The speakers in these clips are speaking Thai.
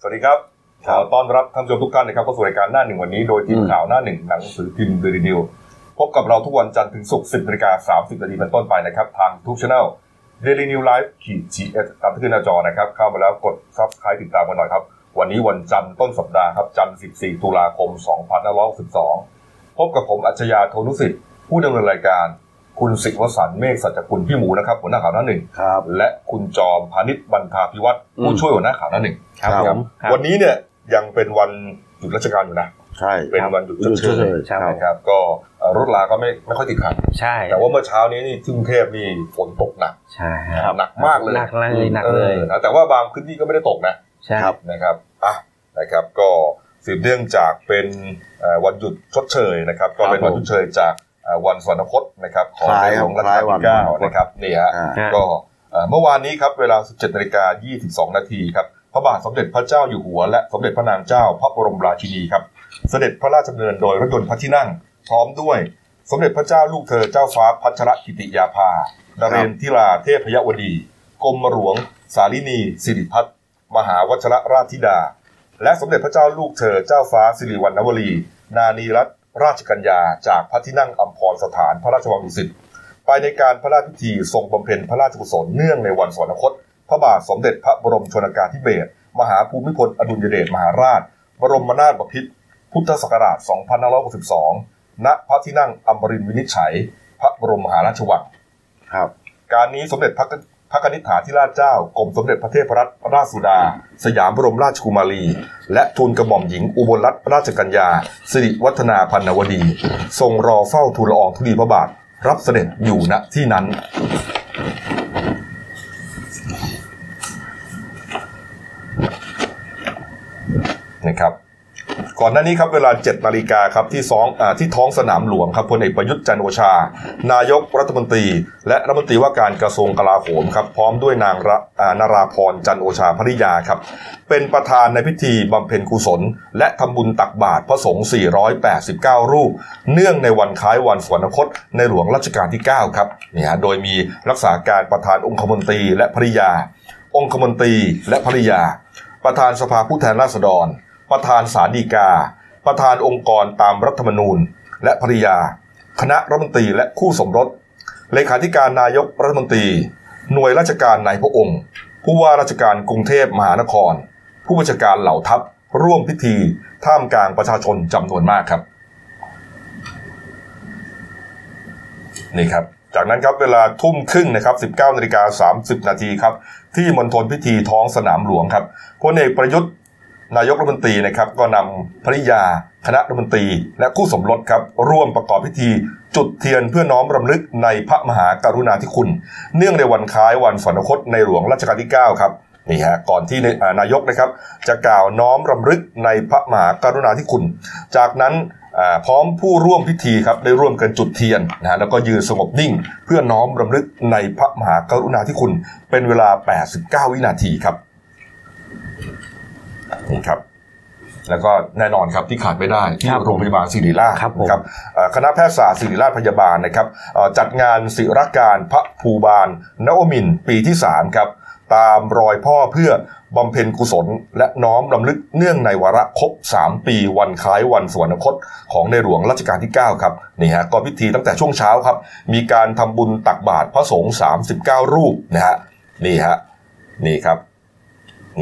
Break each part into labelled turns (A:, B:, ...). A: สวัสดีครับ ขอต้อนรับท่านผู้ชมทุกท่านนะครับเข้าสู่รายการหน้าหนึ่งวันนี้โดยทีมข่าวหน้าหนึ่งหนังสือพิมพ์เดลินิวพบกับเราทุกวันจันทร์ถึงศุกร์สิบนาฬิกาสามสิบนาทีเป็นต้นไปนะครับ ทางทุกช่องเดลินิวไลฟ์ขีดจีเอสตามที่ขึ้นหน้าจอนะครับ เข้ามาแล้วกดซับคลายติดตามกันหน่อยครับ วันนี้วันจันทร์ต้นสัปดาห์ครับ จันทร์14 ตุลาคม 2562 พบกับผมอัจฉริยะโทนุสิทธิ์ผู้ดำเนินรายการ คุณสิวสันต์เมฆสัจกุลพี่หมูนะครับหัวหน้าข่าวหน้าหนึ่ง
B: ครับ
A: และคุณจอมพานิชบรรทาพิวัตร
B: อืม
A: ผู้ช่วยหัวหน้าข่าวหน้าหนึ่ง
B: ครับ
A: นะ
B: ผม
C: ครับ
A: วันนี้เนี่ยยังเป็นวันหยุดราชการอยู่นะ
B: ใช่
A: เป็นวันหยุดชดเชย
B: ครับ
A: นะครับ ก็เอ่อรถลาก็ไม่ไม่ค่อยติดขัด
C: ใช่
A: แต่ว่าเมื่อเช้านี้นี่ที่กรุงเทพนี่ฝนตกหนัก
C: ใช่
B: ครับ
A: หนักมากเลย
C: หนักเลยหนักเลย
A: ออนะแต่ว่าบางพื้นที่ก็ไม่ได้ตกนะ
C: ใช่
B: ครับ
A: นะครับอ่ะนะครับก็สืบเนื่องจากเป็นเอ่อวันหยุดชดเชยนะครับ ก็เป็น
B: ครับ
A: วันชดเชยจากเอ่อวันสวรรคตนะครับของ
B: คล้า
A: ใน
B: ย
A: หลวงรัช
B: ค
A: กา
B: ล้า
A: ล
B: ยวัน
A: ที่เก้า
B: สวรรคต
A: นะครับนี่ฮะ
B: อ่า
C: ฮะ
A: ก็เอ่อเมื่อวานนี้ครับเวลา 17นาฬิกา22 นาทีครับพระบาทสมเด็จพระเจ้าอยู่หัว และสมเด็จพระนางเจ้าพระบรมราชินีครับ เสด็จพระราชดำเนินโดยรถยนต์พระที่นั่ง พร้อมด้วยสมเด็จพระเจ้าลูกเธอเจ้าฟ้าพัชรกิติยาภาดเรนทิราเทพยวดีกรมหลวง สาลินี สิริพัฒน์มหาวชรราชธิดา และสมเด็จพระเจ้าลูกเธอเจ้าฟ้าสิริวัณณวรี นานีรัตนราชกัญญา จากพระที่นั่งอัมพรสถานพระราชวังดุสิต ไปในการพระราชพิธีทรงบำเพ็ญพระราชกุศลเนื่องในวันสวรรคต พระบาทสมเด็จพระบรมชนกาธิเบศรมหาภูมิพลอดุลยเดชมหาราช บรมนาถบพิตรพุทธศักราช 2562 ณ พระที่นั่งอมรินทร์วินิจฉัย พระบรมมหาราชวัง
B: ครับ
A: การนี้สมเด็จพระกพระนิษฐาธิราชเจ้ากรมสมเด็จพระเทพรัตนราชสุดา สยามบรมราชกุมารี และทูลกระหม่อมหญิงอุบลรัตนราชกัญญาสิริวัฒนาพันนวดี ทรงรอเฝ้าทูลละอองธุลีพระบาท รับเสด็จอยู่ณที่นั้น นะครับก่อนหน้านี้ครับเวลา 7นาฬิกาครับที่สองอาที่ท้องสนามหลวงครับพลเอกประยุทธ์จันทร์โอชา นายกรัฐมนตรี และรัฐมนตรีว่าการกระทรวงกลาโหมครับพร้อมด้วยนางระอ่านาราพรจันทร์โอชาภริยาครับเป็นประธานในพิธีบำเพ็ญกุศล และทำบุญตักบาตรพระสงฆ์ 489 รูป เนื่องในวันคล้ายวันสวรรคต ในหลวงรัชกาลที่ 9 ครับเนี่ยฮะโดยมีรักษาการประธานองคมนตรีและภริยา องคมนตรีและภริยา ประธานสภาผู้แทนราษฎร ประธานสาลฎีกา ประธานองค์กรตามรัฐธรรมนูญ และภริยา คณะรัฐมนตรีและคู่สมรส เลขาธิการนายกรัฐมนตรี หน่วยราชการในพระองค์ ผู้ว่าราชการกรุงเทพมหานคร ผู้บัญชาการเหล่าทัพ ร่วมพิธี ท่ามกลางประชาชนจำนวนมากครับ นี่ครับ จากนั้นครับเวลาทุ่มครึ่งนะครับ19นาฬิกา30 นาทีครับ ที่มณฑลพิธีท้องสนามหลวงครับพลเอกประยุทธ์ นายกรัฐมนตรีนะครับก็นำภริยา คณะรัฐมนตรี และคู่สมรสครับ ร่วมประกอบพิธี จุดเทียนเพื่อน้อมรำลึกในพระมหากรุณาธิคุณ เนื่องในวันคล้ายวันสวรรคตในหลวงรัชกาลที่ 9 ครับนี่ฮะก่อนที่นายอ่านายกนะครับ จะกล่าวน้อมรำลึกในพระมหากรุณาธิคุณ จากนั้นอ่าพร้อมผู้ร่วมพิธีครับได้ร่วมกันจุดเทียนนะฮะแล้วก็ยืนสงบนิ่ง เพื่อน้อมรำลึกในพระมหากรุณาธิคุณ เป็นเวลา 89 วินาทีครับ นี่ครับ แล้วก็แน่นอนครับที่ขาดไม่ได้ที่
C: ครับ
A: โรงพยาบาลศิริราช
C: ครับผม
A: นะครับเอ่อคณะแพทยศาสตร์ศิริราชพยาบาลนะครับเอ่อจัดงานศิรการพระภูบาลนวมินทร์ปีที่ 3 ครับ ตามรอยพ่อเพื่อบำเพ็ญกุศล และน้อมรำลึกเนื่องในวาระครบ 3 ปีวันคล้ายวันสวรรคต ของในหลวงรัชกาลที่ 9 ครับนี่ฮะก็พิธีตั้งแต่ช่วงเช้าครับ มีการทำบุญตักบาตรพระสงฆ์39 รูปนะฮะนี่ฮะนี่ครับ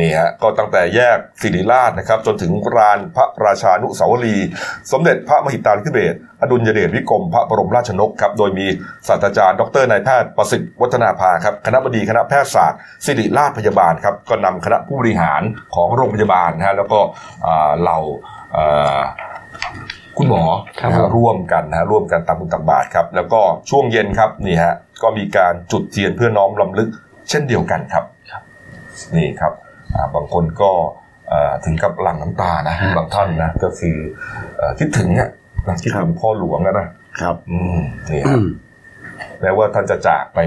A: นี่ฮะก็ตั้งแต่แยกศิริราชนะครับ จนถึงรานพระราชานุสาวรีย์สมเด็จพระมหิดาธิเบศรอดุลยเดชวิกรมพระบรมราชนกครับ โดยมีศาสตราจารย์ดรนายแพทย์ประสิทธิ์วัฒนาภาครับคณะบดีคณะแพทยศาสตร์ศิริราชพยาบาลครับก็นำคณะผู้บริหารของโรงพยาบาลนะฮะแล้วก็อ่าเหล่าอ่า คุณหมอ
C: ครับ
A: นะฮะ
C: ผม
A: ร่วมกันนะฮะร่วมกันตามบุญตักบาตรครับ แล้วก็ช่วงเย็นครับนี่ฮะก็มีการจุดเทียนเพื่อน้อมรำลึก เช่นเดียวกันครับ นี่ครับอ่าบางคนก็เอ่อถึงกับหลั่งน้ำตานะบางท่านนะก็คือเอ่อคิดถึงอ่ะนะคิดถึงพ่อหลวงอะนะครับ อืมนี่ฮะ แม้ว่าท่านจะจากไป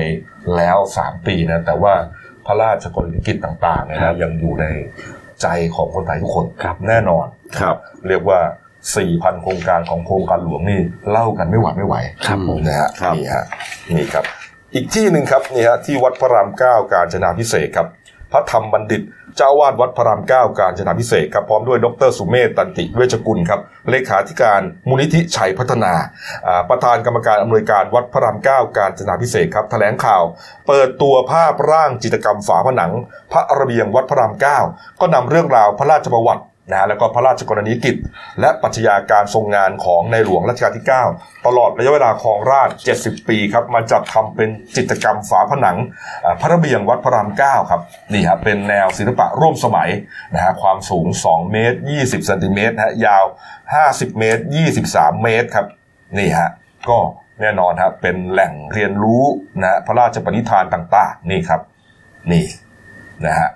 A: แล้วสามปีนะ แต่ว่าพระราชกรณียกิจต่างๆเนยนะยังอยู่ในใจของคนไทยทุกคน
C: ครับ
A: แน่นอน
B: ครับ
A: เรียกว่า 4,000 โครงการของโครงการหลวงนี่เล่ากันไม่หวัดไม่ไหว
C: ครับผม
A: นะฮะ
B: ครับ
A: นี่ฮะนี่ครับ อีกที่หนึ่งครับนี่ฮะที่วัดพระรามเก้ากาญจนาพิเศษกครับ พระธรรมบัณฑิต เจ้าอาวาดวัดพระรามเก้าการจนาพิเศษกครับพร้อมด้วยดรสุเมธตันติเวชกุลครับเลขาธิการมูลนิธิชัยพัฒนาอ่าประธานกรรมการอำนวยการวัดพระรามเก้าการจนาพิเศษกครับแถลงข่าว เปิดตัวภาพร่างจิตรกรรมฝาผนัง พระระเบียงวัดพระรามเก้าก็นำเรื่องราวพระราชประวัติ นะฮะแล้วก็พระราชกรณียกิจ และปรัชญาการทรงงานของในหลวงรัชกาลที่ 9 ตลอดระยะเวลาครองราช 70 ปีครับ มาจัดทำเป็นจิตรกรรมฝาผนังอ่าพระระเบียงวัดพระราม 9 ครับ นี่ฮะเป็นแนวศิลปะร่วมสมัยนะฮะความสูง 2 เมตร 20เซนติเมตรนะฮะยาว 50 เมตร 23 เมตรครับ นี่ฮะก็แน่นอนครับเป็นแหล่งเรียนรู้นะฮะพระราชปณิธานต่างๆ นี่ครับ นี่นะฮะ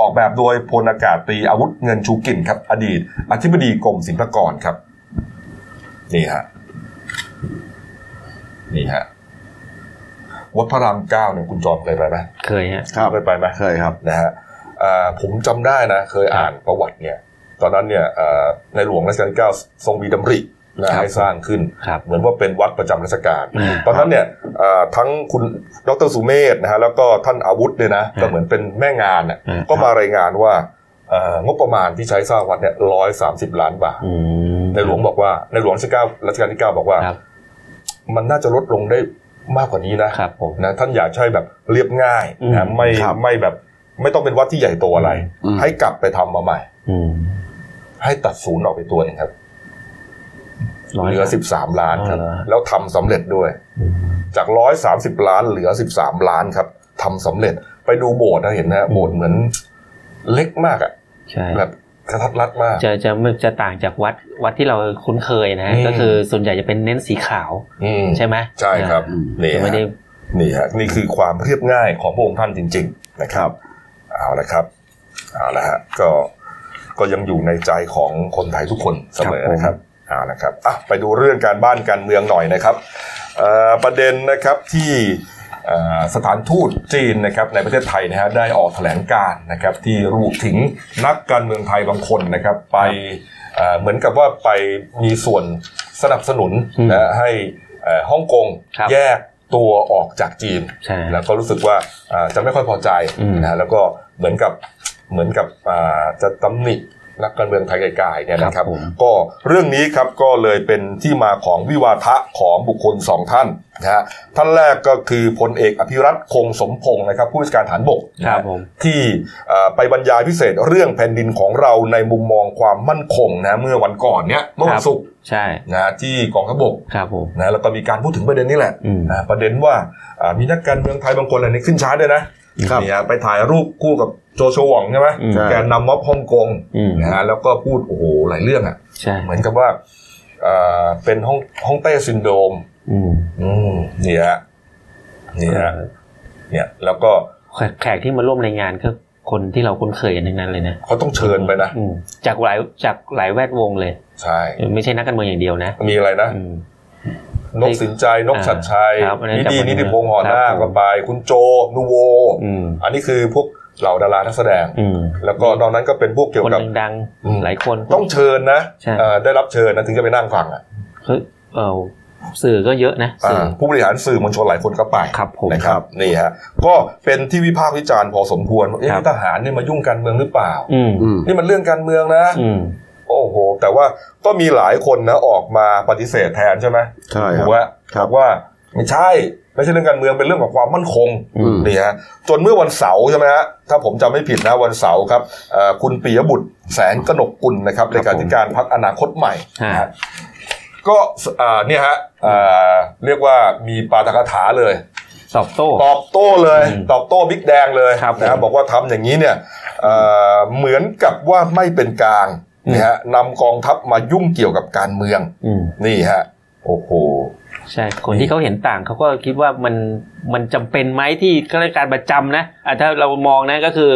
A: ออกแบบโดยพลอากาศตรีอาวุธเงินชูกิ่นครับ อดีต อธิบดีกรมศิลปากรครับ นี่ฮะ นี่ฮะ วัดพระรามเก้าเนี่ยคุณจอมเคยไปไหม
B: เคยฮะ
C: ครับ
A: เคยไปไหม
C: เคยครับ
A: นะฮะอ่าผมจำได้นะ เคยอ่านประวัติเนี่ย ตอนนั้นเนี่ยอ่าในหลวงรัชกาลที่เก้าทรงมีดำรินะครับ ให้สร้างขึ้น
B: ครับ
A: เหมือนว่าเป็นวัดประจำราชการ
B: อ่า
A: ตอนนั้นเนี่ยเอ่อทั้งคุณดรสุเมธนะฮะแล้วก็ท่านอาวุธเนี่ยนะ
B: อ่า
A: ก็เหมือนเป็นแม่งานน่ะ
B: อ่า
A: ก็มารายงานว่าเอ่องบประมาณที่ใช้สร้างวัดเนี่ยร้อยสามสิบล้านบาท
B: อืม
A: ในหลวงบอกว่าในหลวงรัชกาลรัชกาลที่เก้าบอกว่า
B: ครับ
A: มันน่าจะลดลงได้มากกว่านี้นะครับ
B: ผม
A: นะท่านอยากใช้แบบเรียบง่ายนะ
B: อืม
A: ไม่
C: ครับ
A: ไม่แบบไม่ต้องเป็นวัดที่ใหญ่โตอะไร
C: อืม
A: ให้กลับไปทำมาใหม่
B: อืม
A: ให้ตัดศูนย์ออกไปตัวหนึงครับ
B: ร้อย
A: เหลือสิบสามล้านครับ
B: อ๋อเหรอ
A: แล้วทำสำเร็จด้วย จากร้อยสามสิบล้านเหลือสิบสามล้านครับทำสำเร็จไปดูโบสถ์นะเห็นนะโบสถ์เหมือนเล็กมากอะ
B: ใช่
A: แบบกระทัดรัดมาก
B: จะจะไม่จะต่างจากวัดวัดที่เราคุ้นเคยนะฮะ
A: อืม
B: ก็คือส่วนใหญ่จะเป็นเน้นสีขาว
A: อืม
B: ใช่ไหม
A: ใช่ครับ
C: อืม
A: นี่
B: จะไม่
A: ฮะ
B: ได้
A: นี่ฮะนี่คือความเรียบง่ายของพระองค์ท่านจริง ๆ นะครับ เอาละครับเอาละฮะก็ก็ยังอยู่ในใจของคนไทยทุกคนเสมอนะค
C: ครั
A: รับบ เอาละครับอ่ะไปดูเรื่องการบ้านการเมืองหน่อยนะครับเอ่อประเด็นนะครับที่เอ่อสถานทูตจีนนะครับในประเทศไทยนะฮะได้ออกแถลงการณ์นะครับที่ระบุถึงนักการเมืองไทยบางคนนะครับไปเอ่อเหมือนกับว่าไปมีส่วนสนับสนุน
B: อืม
A: เอ่อให้เอ่อฮ่องกง
B: ครับ
A: แยกตัวออกจากจีน
B: ใช่
A: แล้วก็รู้สึกว่าอ่าจะไม่ค่อยพอใจ
B: อืม
A: นะฮะแล้วก็เหมือนกับเหมือนกับอ่าจะตำหนินักการเมืองไทยไกลๆเนี่ยนะค
B: ครั
A: รับบ
B: ผม
A: ก็เรื่องนี้ครับก็เลยเป็นที่มาของวิวาทะของบุคคลสองท่านนะฮะท่านแรกก็คือพลเอกอภิรัตคงสมพงศ์นะครับผู้บัญชาการฐานบกนะ
B: ครั
A: ฮะ
B: บผม
A: ที่อ่าไปบรรยายพิเศษเรื่องแผ่นดินของเราในมุมมองความมั่นคงนะเมื่อวันก่อนเนี้ยเมื่อวันศุกร์
B: ใช่
A: นะฮะที่กองทัพบก
B: ครับผม
A: นะแล้วก็มีการพูดถึงประเด็นนี้แหละ
B: อืม
A: อ่าประเด็นว่าอ่ามีนักการเมืองไทยบางคนอะไรนี่ขึ้นช้าร์ตด้วยนะครับ นี่ฮะไปถ่ายรูปคู่กับโจโฉหว่องใช่ไหม
B: อืม
A: แกนนำม็อบฮ่องกง
B: อืม
A: นะฮะแล้วก็พูดโอ้โหหลายเรื่องอ่ะ
B: ใช่
A: เหมือนกับว่าอ่าเป็นห้องห้องเต้ซินโดรม
B: อืม
A: อืมนี่ฮะนี่ฮะ
B: เออ
A: เนี่ยแล้วก็
B: แขกแขกที่มาร่วมในงานก็คนที่เราคุ้นเคยกันทั้งนั้นเลยนะ
A: เขาต้องเชิญไปนะ
B: อืมจากหลายจากหลายแวดวงเลย
A: ใช่
B: ไม่ใช่นักการเมืองอย่างเดียวนะ
A: มีอะไรนะ
B: อืม
A: นกสินใจนกฉัดชัย
B: ครับอันนั้น
A: นิติ
B: จำไม่ได้
A: นิติพงษ์หอหน้า
B: ครับผม
A: ก็ไป คุณโจนูโว
B: อืม
A: อันนี้คือพวกเหล่าดาราทักแสดง
B: อืม
A: แล้วก็นอกนั้นก็เป็นพวกเกี่ยว
B: คน
A: กับ
B: ดัง
A: อืม
B: ๆหลายคน
A: ต้องเชิญนะ
B: ใช่
A: เอ่อได้รับเชิญนะถึงจะไปนั่งฟังอ่ะ
B: เฮ้ยเออสื่อก็เยอะนะสื่อ
A: อ่าผู้บริหารสื่อมวลชนหลายคนก็ไป
B: ครับผม
A: นะครับนี่ฮะก็เป็นที่วิพากษ์วิจารณ์พอสมควรว่าเอ๊ะ
B: ครับ
A: ทหารเนี่ยมายุ่งการเมืองหรือเปล่า
B: อืม
C: อืม
A: นี่มันเรื่องการเมืองนะ
B: อืม
A: โอ้โห แต่ว่าก็มีหลายคนนะออกมาปฏิเสธแทนใช่ไหม
C: ใช่ค
A: ถู
C: รับ
A: กไหม
C: ครับ
A: บอกว่าไม่ใช่ ไม่ใช่เรื่องการเมืองเป็นเรื่องของความมั่นคง
C: อืม
A: นี่ฮะจนเมื่อวันเสาร์ใช่ไหมฮะถ้าผมจำไม่ผิดนะวันเสาร์ครับเอ่อคุณปิยบุตรแสนกนกกุลนะครับเลขาธิการพักอนาคตใหม่
B: ฮะ
A: นะฮะก็สอ่าเนี่ยฮะเอ่อเรียกว่ามีปาฐกถาเลย
B: ตอบโต้
A: ตอบโต้เลย
B: อืม
A: ตอบโต้บิ๊กแดงเลย
B: ครับ
A: นะฮะ
B: ผม
A: บอกว่าทำอย่างนี้เนี่ยเอ่อเหมือนกับว่าไม่เป็นกลาง
B: อืม
A: นะฮะนำกองทัพมายุ่งเกี่ยวกับการเมือง
B: อืม
A: นี่ฮะโอ้โห
B: ใช่ คนที่เขาเห็นต่างเขาก็คิดว่ามันมันจำเป็นไหมที่ข้าราชการประจำนะอ่ะถ้าเรามองนะก็คือ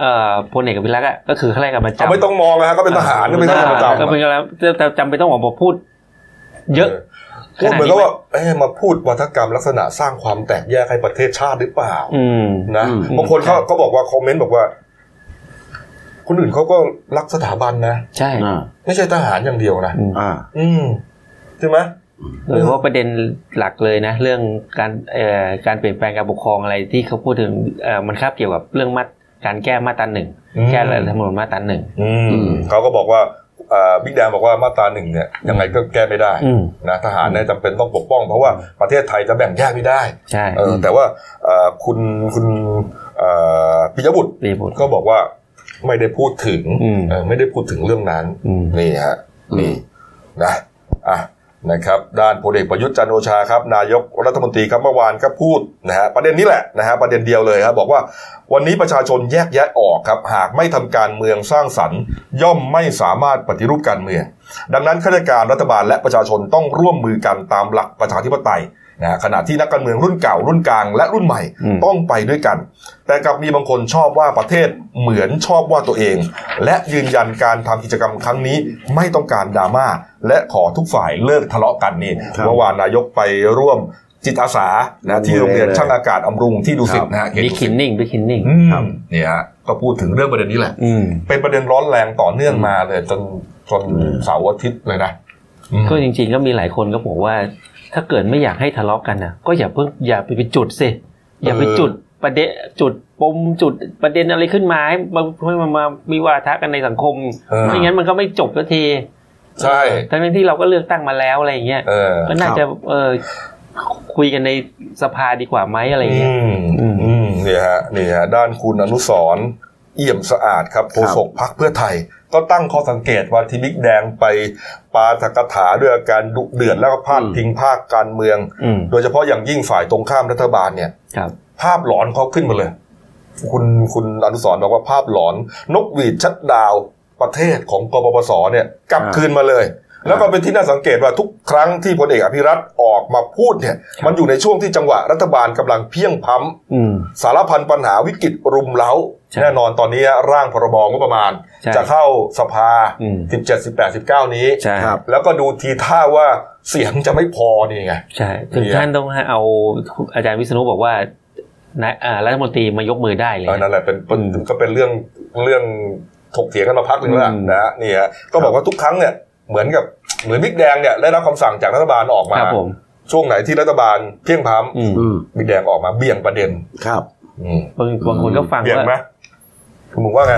B: เอ่อพลเอกวิรักษ์อะก็คือข้าราชการประจำ
A: เอาไม่ต้องมองนะฮะก็เป็นทหารก็เป็นทหารประจำ
B: ก็
A: อะ
B: เป็นทหารแต่จำเป็นต้องออกมาพูด เยอะ
A: พูดเหมือนกับว่าเอ๊ะมาพูดวัฒกรรมลักษณะสร้างความแตกแยกให้ประเทศชาติหรือเปล่า
B: อืม
A: นะ
C: อืม
A: บางคนเขาก็บอกว่าคอมเมนต์บอกว่า คนอื่นเขาก็รักสถาบันนะ
B: ใช่
C: อ่า
A: ไม่ใช่ทหารอย่างเดียวนะ
B: อืม
C: อ่า
A: อืมใช่ไหม
B: หรือว่าประเด็นหลักเลยนะ เรื่องการเอ่อการเปลี่ยนแปลงการปกครองอะไรที่เขาพูดถึงเอ่อมันคาบเกี่ยวกับเรื่องมา การแก้มาตราหนึ่ง
A: อืม
B: แก้รัฐธรรมนูญมาตราหนึ่ง
A: อืม
B: อืม
A: เขาก็บอกว่าบิ๊กแดงบอกว่ามาตราหนึ่งเนี่ยยังไงก็แก้ไม่ได้
B: อืม
A: นะทหารเนี่ยจำเป็นต้องปกป้อง เพราะว่าประเทศไทยจะแบ่งแยกไม่ได้
B: ใช่
A: เออแต่ว่าเอ่อคุณคุณเอ่อปิยบุตร
B: ปีบุตร
A: ก็บอกว่าไม่ได้พูดถึง
B: อืม
A: เออไม่ได้พูดถึงเรื่องนั้น
B: อืม
A: นี่ฮะ
C: อืม
A: นี่นะอ่ะนะครับ ด้านพลเอกประยุทธ์จันทร์โอชาครับ นายกรัฐมนตรีครับเมื่อวานก็พูดนะฮะประเด็นนี้แหละนะฮะประเด็นเดียวเลยครับบอกว่าวันนี้ประชาชนแยกแยะออกครับ หากไม่ทำการเมืองสร้างสรรค์ ย่อมไม่สามารถปฏิรูปการเมือง ดังนั้นข้าราชการรัฐบาลและประชาชนต้องร่วมมือกันตามหลักประชาธิปไตยนะฮะขณะที่นักการเมืองรุ่นเก่ารุ่นกลางและรุ่นใหม่
B: อืม
A: ต้องไปด้วยกัน แต่กลับมีบางคนชอบว่าประเทศเหมือนชอบว่าตัวเอง และยืนยันการทำกิจกรรมครั้งนี้ไม่ต้องการดราม่าและขอทุกฝ่ายเลิกทะเลาะกันนี่
C: ครับ
A: เมื่อวานนายกไปร่วมจิตอาสานะที่โรงเรียน
C: เลย
A: ช่างอากาศอำรุงที่ดูสิตนะฮะเขตดุ
B: บิ
A: สิ
B: คิ
A: ต
B: นนิ่งบิคินนิ่ง
A: อืมเนี่ยฮะก็พูดถึงเรื่องประเด็นนี้แหละ
B: อืม
A: เป็นประเด็นร้อนแรงต่อเนื่องมาเลยจนจนเสาร์อาทิตย์เลยนะอืม
B: ก็จริงๆก็มีหลายคนก็บอกว่า ถ้าเกิดไม่อยากให้ทะเลาะกันนะก็อย่าเพิ่งอย่าไปไปจุดสิอย่าไป
A: เออ
B: จุดประเด็นจุดปมจุดประเด็นอะไรขึ้นมาให้มาให้มันมามีวาทะกันในสังคม
A: เออ
B: ไม่งั้นมันก็ไม่จบสักที
A: ใช่
B: ทั้งๆที่เราก็เลือกตั้งมาแล้วอะไรอย่างเงี้ย
A: เออ
B: ก็น่าจะเออคุยกันในสภาดีกว่าไหมอะไรอย่างเงี้ย
A: ม
B: อืม
A: อืมเนี่ยฮะเนี่ยฮะด้านคุณอนุสรณ์เอี่ยมสะอาดครับโฆษกพักเพื่อไทย ก็ตั้งข้อสังเกตว่าที่บิ๊กแดงไปปาถกถาด้วยอาการดุเดือดแล้วก็พาดพิงภาคการเมือง
B: อืม
A: โดยเฉพาะอย่างยิ่งฝ่ายตรงข้ามรัฐบาลเนี่ย
B: ครับ
A: ภาพหลอนเขาขึ้นมาเลย คุณคุณอนุสรณ์บอกว่าภาพหลอน นกหวีดชัดดาวประเทศของกปปสเนี่ยกลับ
C: อ่า
A: คืนมาเลย แล้วก็เป็นที่น่าสังเกตว่าทุกครั้งที่พลเอกอภิรัตน์ออกมาพูดเนี่ย
B: ครับ
A: มันอยู่ในช่วงที่จังหวะรัฐบาลกำลังเพียงพั้ม
B: อืม
A: สารพันปัญหาวิกฤตรุมเร้า
B: ใช่
A: แน่นอนตอนนี้ร่างพรบงบประมาณ
B: ใช่
A: จะเข้าสภา
B: อืม
A: 17 18 19 นี้
B: ใช่
C: ครับ
A: แล้วก็ดูทีท่าว่าเสียงจะไม่พอนี่ไง
B: ใช่ถึง
A: เนี่ย
B: ท่านต้องให้เอาอาจารย์วิษณุบอกว่านายอ่ารัฐมนตรีมายกมือได้เลย
A: เออ
B: นะ
A: นั่นแหละเป็นเป็นก็เป็นเรื่องเรื่องถกเถียงกันมาพักหนึ่งแล้วล่ะ
B: อืม
A: นะฮะนี่ฮะก็บอกว่าทุกครั้งเนี่ยเหมือนกับเหมือนบิ๊กแดงเนี่ยได้รับคำสั่งจากรัฐบาลออกมา
B: ครับผม
A: ช่วงไหนที่รัฐบาลเพียงพร้
B: อืม
C: อืม
A: ำบิ๊กแดงออกมาเบี่ยงประเด็น
C: ครับ
A: อืม
B: บางบางคนก็ฟัง
A: เบี่ยง
B: ว่า
A: ไหมคุณหมึงว่าไง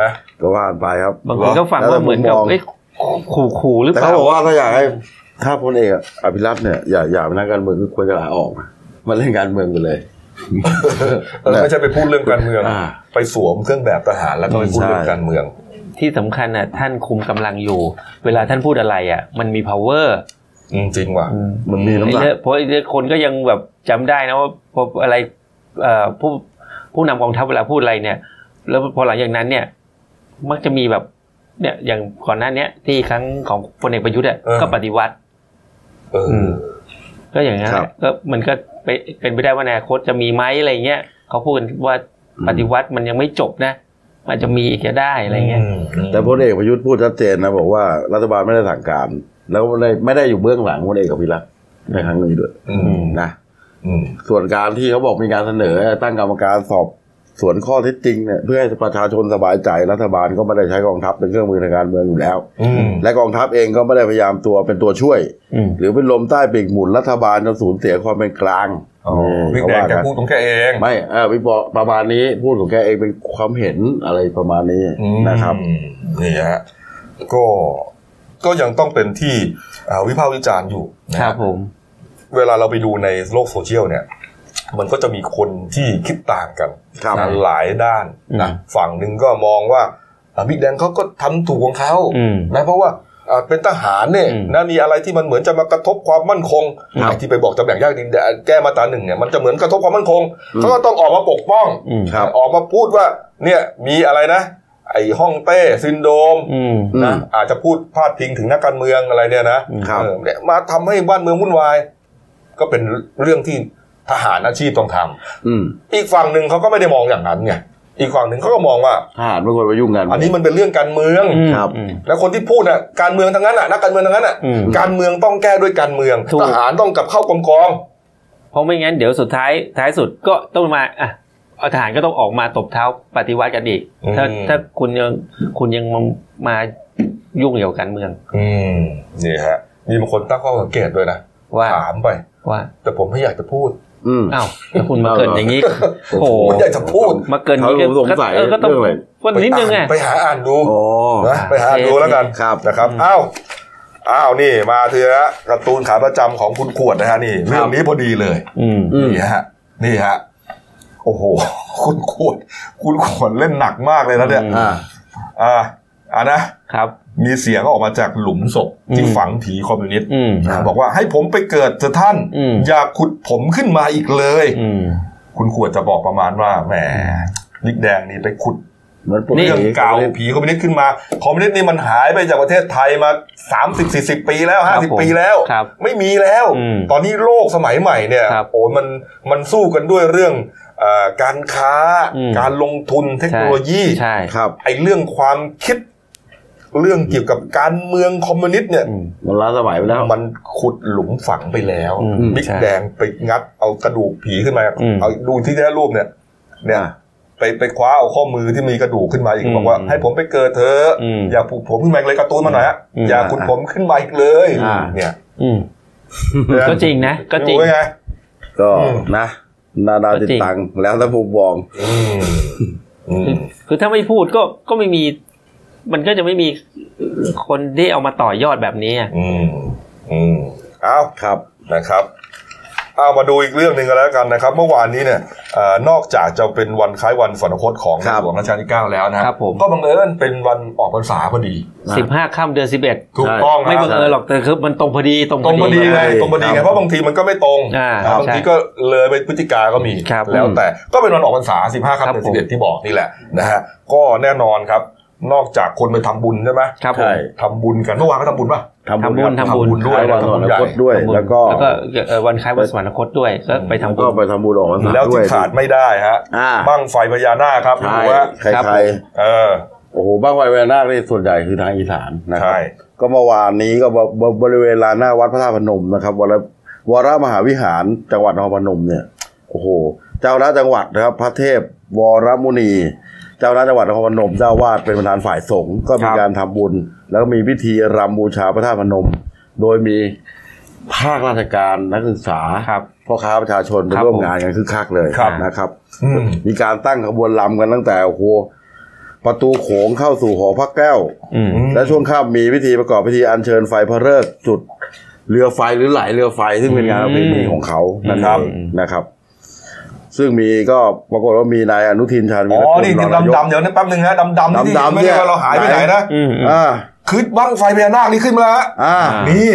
A: ฮะ
C: ก็ว่าไปครับ
B: บางคนก็ฟังว่าเหมือนกับ
C: แล้วแต่มุมมอง
B: เอ้ยขู่ขู่หรือ
C: แต่
B: เป
C: เขา
B: ล่า
C: บอกว่าถ้าอยากให้ถ้าพลเอกอภิรัตน์เนี่ยอย่าอย่าเป็นนักการเมืองคือควรจะลาออกมามาเล่นการเมืองไปเลย
A: เออไม่ใช่ไปพูดเรื่องการเมือง
C: อ่า
A: ไปสวมเครื่องแบบทหารแล้วก็ไปพูดเรื่อง
C: ใช่
A: การเมือง
B: ที่สำคัญน่ะท่านคุมกำลังอยู่ เวลาท่านพูดอะไรอ่ะ มันมี power
A: อืมจริงว่ะ
C: มันมีน้ำหนั
B: ไอ้
C: ก
B: เนี่ยเพราะไอ้เนี่ยคนก็ยังแบบจำได้นะว่าพออะไรเอ่อผู้ผู้นำกองทัพเวลาพูดอะไรเนี่ย แล้วพอหลังจากนั้นเนี่ย มักจะมีแบบ เนี่ยอย่างก่อนหน้าเนี้ยที่ครั้งของพลเอกประยุทธ์อ่ะ
A: เออ
B: ก็ปฏิวัติ
A: เอออ
B: ม ก็อย่างนั้นแห
C: ครั
B: ละ
C: บ
B: ก็มันก็ไปเป็นไปได้ว่าอนาคตจะมีไหมอะไรเงี้ยเขาพูดกันว่าปฏิวัติมันยังไม่จบนะมันอาจจะมีอีกก็ได้อะไรเงี้ย
A: ม
C: แต่พลเอกประยุทธ์พูดชัดเจนนะบอกว่ารัฐบาลไม่ได้สั่งการ แล้วไม่ได้ไม่ได้อยู่เบื้องหลังพลเอกอภิรัตน์ในครั้งนี้ด้วย
A: อืม
C: นะ
A: อืม
C: ส่วนการที่เขาบอกมีการเสนอตั้งกรรมการสอบสวนข้อเท็จจริงเนี่ยเพื่อให้ประชาชนสบายใจรัฐบาลก็ไม่ได้ใช้กองทัพเป็นเครื่องมือในการเมืองอยู่แล้ว
A: อืม
C: และกองทัพเองก็ไม่ได้พยายามตัวเป็นตัวช่วย
B: อืม
C: หรือเป็นลมใต้ปีกหมุนรัฐบาลจนสูญเสียความเป็นกลาง
A: อ๋อ
C: ม
A: บิ๊กแดงแก
C: เขาว่า
A: พูดของแกเอง
C: ไม่เออพี่บอกประมาณนี้พูดของแกเองเป็นความเห็นอะไรประมาณนี้นะครับ
A: อืมนี่ฮะก็ก็ยังต้องเป็นที่อ่าวิพากษ์วิจารณ์อยู่นะ
B: ค
A: ฮะ
B: รับผม
A: เวลาเราไปดูในโลกโซเชียลเนี่ย มันก็จะมีคนที่คิดต่างกัน
C: ครับ
A: นะหลายด้านนะ
B: อืม
A: ฝั่งหนึ่งก็มองว่าอ่าบิ๊กแดงเขาก็ทำถูกของเขา
B: อืม
A: นะเพราะว่าอ่าเป็นทหารเนี่ย
B: อืม
A: นะมีอะไรที่มันเหมือนจะมากระทบความมั่นคง
B: ครับ
A: ไอ้ที่ไปบอกจะแบ่งแยกดินแดนแก้มาตราหนึ่งเนี่ยมันจะเหมือนกระทบความมั่นคงเขาก็ต้องออกมาปกป้อง
B: อืม
C: ครับ
A: ออกมาพูดว่าเนี่ยมีอะไรนะ ไอ้ห้องเต้ซินโดรม
B: อืม
C: อืม
A: นะอาจจะพูดพาดพิงถึงนักการเมืองอะไรเนี่ยนะครับ เออเนี่ยมาทำให้บ้านเมืองวุ่นวาย ก็เป็นเรื่องที่ทหารอาชีพต้องทำ
C: อืม
A: อีกฝั่งหนึ่งเขาก็ไม่ได้มองอย่างนั้นไงอีกฝั่งหนึ่งเขาก็มองว่า
C: ทหารไม่ควรไปยุ่งกัน
A: อันนี้มันเป็นเรื่องการเมือง
B: อืม
C: ครับ
B: อืม
A: แล้วคนที่พูดน่ะการเมืองทั้งนั้นน่ะนักการเมืองทั้งนั้นน่ะ
B: อืม
A: การเมืองต้องแก้ด้วยการเมือง
B: ถูก
A: ทหารต้องกลับเข้ากองกอง
B: เพราะไม่งั้นเดี๋ยวสุดท้ายท้ายสุดก็ต้องมาอ่ะเอาทหารก็ต้องออกมาตบเท้าปฏิวัติกันอีก
A: อืม
B: ถ้าถ้าคุณยังคุณยังมามายุ่งเกี่ยวกับการเมือง
A: อืมนี่ฮะมีบางคนตั้งข้อสังเกตด้วยนะ
B: ว่า
A: ถามไป
B: ว่า
A: แต่ผมไม่อยากจะพูด
C: อืม
B: อ้าวแล้วคุณมาเกิดอย่างนี้ โอ้โห
A: ผมอยากจะพูด
B: มาเกินอย่าง
C: เขาสงสัย
B: เออก็ต้อง
C: เรื่องอะไร
B: วันนิดนึงไง
A: ไปหาอ่านดู
C: อ๋อ
A: นะไปหาอ่านดูแล้วกัน
C: ครับ
A: นะครับอ้าวอ้าวนี่มาเถอะการ์ตูนขาประจำของคุณขวดนะฮะนี่ เรื่องนี้พอดีเลย
B: อืม
C: อืม
A: นี่ฮะ นี่ฮะ โอ้โห คุณขวด คุณขวดเล่นหนักมากเลยนะเนี่ย
B: อืม
C: อ่า
A: อ่าอ่านะ
B: ครับ
A: มีเสียงออกมาจากหลุมศพที่
B: อืม
A: ฝังผีคอมมิวนิสต์
B: อืม
A: นะ
C: อ่า
A: บอกว่าให้ผมไปเกิดเถอะท่าน
B: อืม
A: อย่าขุดผมขึ้นมาอีกเลย
B: อืม
A: คุณขวดจะบอกประมาณว่า แหมลิกแดงนี่ไปขุด
C: เหมือนป
B: นี่
A: เรื่องเก่าผีคอมมิวนิสต์ขึ้นมา คอมมิวนิสต์นี่มันหายไปจากประเทศไทยมา 30 40 ปีแล้ว
B: ครับผม
A: 50 ปีแล้ว
B: ครับ
A: ไม่มีแล้ว
B: อืม
A: ตอนนี้โลกสมัยใหม่เนี่ย
B: ครับ
A: โอ้ยมันมันสู้กันด้วยเรื่องเออการค้า
B: อืม
A: การลงทุนเทคโนโลยี
B: ใช่
C: ครับ
A: ไอ้เรื่องความคิด เรื่องเกี่ยวกับการเมืองคอมมิวนิสต์เนี่ย
B: อืม
C: มันล้าสมัยไปแล้ว
A: มันขุดหลุมฝังไปแล้ว
B: อืม
A: บิ๊ก
B: ใช่
A: แดงไปงัดเอากระดูกผีขึ้นมา
B: อืม
A: เอาดูที่ได้รูปเนี่ยเนี่ย
C: อ่ะ
A: ไปไปคว้าเอาข้อมือที่มีกระดูกขึ้นมาอีก
B: อืม
A: บอกว่า ให้ผมไปเกิดเถอะ
B: อืม
A: อย่าผูกผมขึ้นมาอีกเลยการ์ตูนมาหน่อยฮะ
B: อืม
A: อย่าขุดผมขึ้นมาอีกเลย
C: อ่า
A: เนี่ย
B: อืม ก็จริงนะ ก็จริง
A: ไง
C: ก็
A: อืม
C: นะ นาดาวติดตังค์แล้วถ้าผมบอง
A: อืมอืม
B: คือถ้าไม่พูดก็ก็ไม่มี มันก็จะไม่มีคนที่เอามาต่อยอดแบบนี้อะ
A: อืมอืมเอา
C: ครับ
A: นะครับเอามาดูอีกเรื่องหนึ่งกันแล้วกันนะครับ เมื่อวานนี้เนี่ยเออนอกจากจะเป็นวันคล้ายวันสวรรคตของใน
C: ครับ
A: หลวงรัชกาลที่ 9 แล้วนะครับ
B: ผม
A: ก็บังเอิญเป็นวันออกพรรษาพอดี
B: สิบห้าค่ำเดือนสิบเอ็ด
A: ถูกต้อง
B: ไม่
A: นะ
B: บังเอิญหรอกแต่คือมันตรงพอดีตรง
A: ตรงพอดีไง
B: เลย
A: ตรงพอดีไง
C: ครับ
A: เพราะบางทีมันก็ไม่ตรง
B: อ่า
A: อ่าบางทีก็เลยไปพฤติการก็มี
B: ครับ
A: แล้วแต่ก็เป็นวันออกพรรษา 15ครับ
B: ครับ
A: เดือน
B: ผม
A: สิบเอ็ดที่บอกนี่แหละนะฮะก็แน่นอนครับ นอกจากคนไปทำบุญใช่ไหม
B: ครับผ
C: ใช่
B: ม
A: ทำบุญกันเมื่อวานก็ทำบุญป่ะ
B: ทำบุญ
C: ครับ
A: ด้วย
C: วันสวรรคตด้วย
B: ทำบุญ
C: แล้วก็
B: แล้วก็เอ่อวันคล้ายวันสวรรคตด้วยก็ไปทำบุ
C: ก็
B: ญ
C: ไปทำบุญออกพรรษา
A: แล้ว
C: ด้
A: ที่
C: วย
A: ขาดไม่ได้ฮะ
C: อ่า
A: บ้างไฟพญานาคครับ
C: ใช่
A: รู้ว่า
C: ใคร
B: ครับ
C: ใคร
A: เออ
C: โอ้โหบ้างไฟเวลานาคนี่ส่วนใหญ่คือทางอีสานนะครับ
A: ใช่
C: ก็เมื่อวานนี้ก็บบริเวณลานหน้าวัดพระธาตุพนมนะครับวรวรมหาวิหารจังหวัดนครพนมเนี่ยโอ้โหเจ้าคณะจังหวัดนะครับพระเทพวรมุนี เจ้าคณะจังหวัดนครพนมเจ้าวาดเป็นประธานฝ่ายสงฆ์ก็มี
A: ครับ
C: การทำบุญ แล้วก็มีพิธีรำบูชาพระธาตุพนม โดยมีภาคราชการนักศึกษา
B: ครับ
C: พ่อค้าประชาชนไป
B: ครับ
C: ร่วม
B: ผม
C: งานกันคึกคักเลย
A: ครับ
C: นะครับ
A: อืม
C: มีการตั้งขบวนรำกันตั้งแต่โอ้โหประตูโขงเข้าสู่หอพระแก้ว
B: อืม
C: และช่วงค่ำมีพิธีประกอบพิธีอัญเชิญไฟพระฤกษ์จุดเรือไฟหรือไหลเรือไฟ ซึ่งเป็นงานประเพณีของเขานะค
A: ครั
C: รับบ นะครับ ซึ่งมีก็ปรากฏว่ามีนายอนุทินชาญวี
A: อ๋
C: ร
A: อ
C: กูล
A: นี่
C: รองนาย
A: ดำ
C: ก
A: ดำๆเดี๋ยวนะแป๊บนึงฮะดำดำๆนี่
C: ดำๆ
A: ไม่ได้ว่า
C: เนี่ย
A: เราหายไปไหนนะ
B: อืมอืม
C: อ่า
A: คือบ้างไฟพญานาคนี่ขึ้นมาแล้วฮะ
C: อ่า
B: อ่า
A: นี่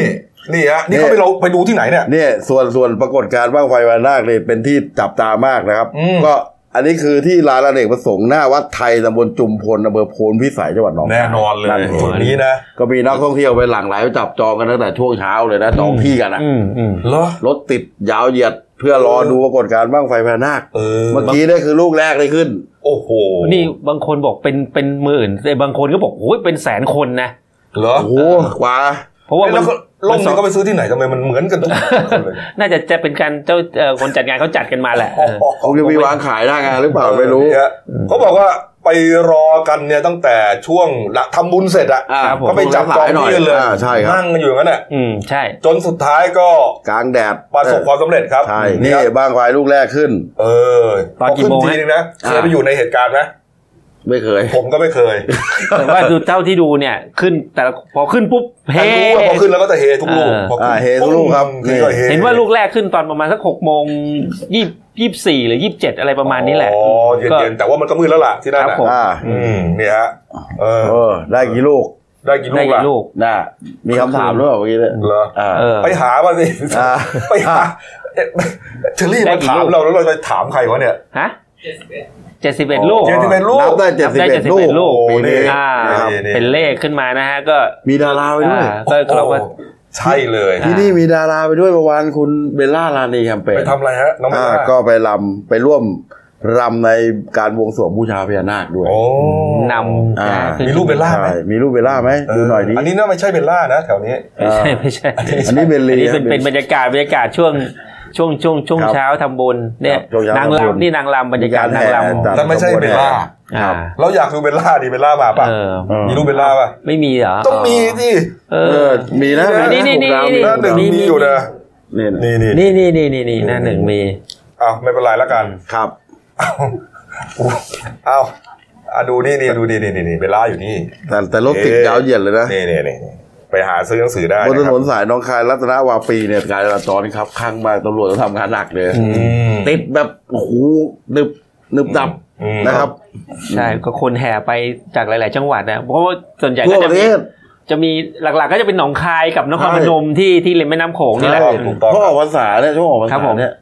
A: นี่ฮะ นี่
C: เนี่ย
A: เขาไปเราไปดูที่ไหนเนี่ย
C: เนี่ยส่วนส่วนปรากฏการณ์บ้างไฟวานาคเนี่ยเป็นที่จับตามากนะครับ
A: อืม
C: ก็อันนี้คือที่ลานอเนกประสงค์หน้าวัดไทยตำบลจุมพลอำเภอโพนพิสัยจังหวัดหนองคาย
A: แน่นอนเลย
C: นั่นเอง
A: จุดนี้นะ
C: ก็มีนักท่องเที่ยวไปหลั่งไหลไปจับจองกันตั้งแต่ช่วงเช้าเลยนะจองที่กันนะ
B: อืมอืม
A: เหรอ
C: รถติดยาวเหยียดเพื่อรอดูปรากฏการณ์บ้างไฟพญานาค
A: เออ
C: เมื่อกี้เนี่ยคือลูกแรกเลยขึ้น
A: โอ้โห
B: นี่บางคนบอกเป็นเป็นหมื่นแต่บางคนก็บอกโอ้ยเป็นแสนคนนะ
A: เหรอ
C: โอ้โหกว่า
B: เพราะว่า
A: เอ๊ะ
B: มั
A: แล้วก็
B: น
A: ล่มนี่ก็ไปซื้อที่ไหนทำไมมันเหมือนกันทุกคนเลย
B: น่าจะจะเป็นการเจ้าเอ่อคนจัดงานเขาจัดกันมาแห ละเออ
C: เขาจะมีวางขายหน้างานหรือเปล่าไม่รู้
A: เนี่ยเขาบอกว่าไปรอกันเนี่ยตั้งแต่ช่วงหลังทำบุญเสร็จอะ
C: อ่า
A: ก็ไปจับจองที่กันเลย
C: อ่าใช่ครับ
A: นั่งกันอยู่อย่างนั้นแหละ
B: อืมใช่
A: จนสุดท้ายก็
C: กลางแดด
A: ประสบความสำเร็จครับ
C: ใช่
A: นี่
C: นี่
A: ครับ
C: บ้างควายลูกแรกขึ้น
A: เออ
B: ตอนกี่โมง
A: พขึ้
B: ฮะ
A: ทีนึงนะ
C: อ่า
A: เคยไปอยู่ในเหตุการณ์ไหม
C: ไม่เคย
A: ผมก็ไม่เคย
B: แต่ว่าดูเท่าที่ดูเนี่ย ขึ้นแต่ละพอขึ้นปุ๊บเฮ้
A: แต่รู้ว่าพอขึ้นแล้วก็จะเฮทุกลูก
B: เออ
A: พอขึ้น
C: อ่าเฮทุกลูกครับ
A: นี่ก็เฮ
B: เห็นว่าลูกแรกขึ้นตอนประมาณสักหกโมงยี่ยี่สี่หรือยี่สิบเจ็ดอะไรประมาณนี้แหละ
A: อ๋อ
B: ก็
A: เย็นๆแต่ว่ามันก็มืดแล้วล่ะที่นั่น
B: ค
A: น่ะ
B: รับผม
C: อ่า
A: อืมนี่ฮะเออ
C: เออ ได้กี่ลูก
A: ได้กี่ลู
B: ได้
A: ก
B: ยิ
A: ล่ะ
B: นลูก
C: น่ะมีคำถามด้วยเปล่าเมื่อกี้เนี่ย
A: เหรอ
C: อ่า
B: เออ
A: ไปหามาสิ
C: อ่า
A: ไปหาเอ๊ะเชอรี่
B: ได้
A: มา
B: กี่
A: ถาม
B: ลูก
A: เราแล้วเราจะถามใครวะเนี่ย
B: ฮะเจ็ดสิบเอ็ดลูก
A: เจ็ดสิบเอ็ด ลูก
C: นับได้เจ็ดสิบ
B: นับได้
C: เอ็ดลูก
B: 71ลูก
A: โอ้
C: ปี
A: นี่
C: นี้
B: อ่า
A: ครับนี่
B: เป็นเลขขึ้นมานะฮะก็
C: มีดาราไปด้วย
B: อ่าก็เราก็
A: โอ้ใช่เลย
B: อ่า
C: ที่นี่มีดาราไปด้วยเมื่อวานคุณเบลล่ารานีแคมเปญ
A: ไปทำอะไรฮะน้อง
C: อ่า
A: มา
C: ก็ไปรำไปร่วมรำในการบวงสรวงบูชาพญานาคด้วย
A: โอ้
B: น
C: อ่า
B: ำขึ้น
A: มีรูปเบลล่าไหม
C: ใช่มีรูปเบลล่าไหมดูหน่อยดิ
A: อันนี้น่าไม่ใช่เบลล่านะแถวนี้
B: ไม่ใช่ไม่ใช่
A: อันนี้
C: อันนี้เบลลี
B: อันนี้เป็
C: ครั
B: น
C: บ
B: เป็นบรรยากาศบรรยากาศช่วงช่วงช่วงช่วง
C: ครับ
B: เช้าทำบุญเนี่ย
C: ครับช่วงเช้าน
B: าง
C: ทำบุญ
B: รำนี่นางรำบรรยากาศนาก
C: มีาง ร
B: ร
C: แห่จัด
A: แต่ไม่ใช่เบลล่า
B: ำอ่า
A: เราอยากดูเบลล่าดิเบลล่ามาป่ะ
B: เออ
C: เออ
A: มีรูปเบลล่าป่ะ
B: ไม่มีเหรอ
A: ต้องมีสิ
B: เอ
C: เออ
B: อ
C: มีนะ
B: นี่นี่นี่
C: มีะ
A: หน้าหนึ่ง
B: มี
A: มีอยู่นะ
C: นี่นะ
A: นี่นี่
B: นี่นี่นี่นี่นี่หน้าหนึ่งมี
A: อ้าวไม่เป็นไรแล้วกัน
C: ครับ
A: เอาเอาดูนี่นี่ดูนี่นี่นี่นี่เบลล่าอยู่นี่
C: แต่แต่รถติด
A: เอ๊ะ
C: ยาวเหยียดเลยนะ
A: นี่นี่นี่นี่ไปหาซื้อหนังสือได้
C: บนถ
A: นะคน รับ
C: นสายหน้องคายรัตนาวาปีเนี่ยการจราจรนี่ครับข้างมากตำรวจต้องทำงานหนักเลย
A: อืม
C: ติดแบบโอ้โหนึบนึบดับ
A: อืม
C: นะครับ
B: ใช่ก็คนแห่ไปจากหลาย ๆ จังหวัดนะเพราะว่าส่วนใหญ่
C: ทั่วป
B: ก็จะ
C: ระเท
B: มี
C: ศ
B: จะมีหลัก ๆ ก็จะเป็นหนองคายกับนคร
C: ใช่
B: พนมที่ที่ริมแม่น้ำโขงนี่แหละ
A: ใช่ถูกต้อง
C: เพราะออกพรรษาเนี่ยช่วงออกพรร
B: ครับ
C: ษา
B: ผม
C: เนี่ย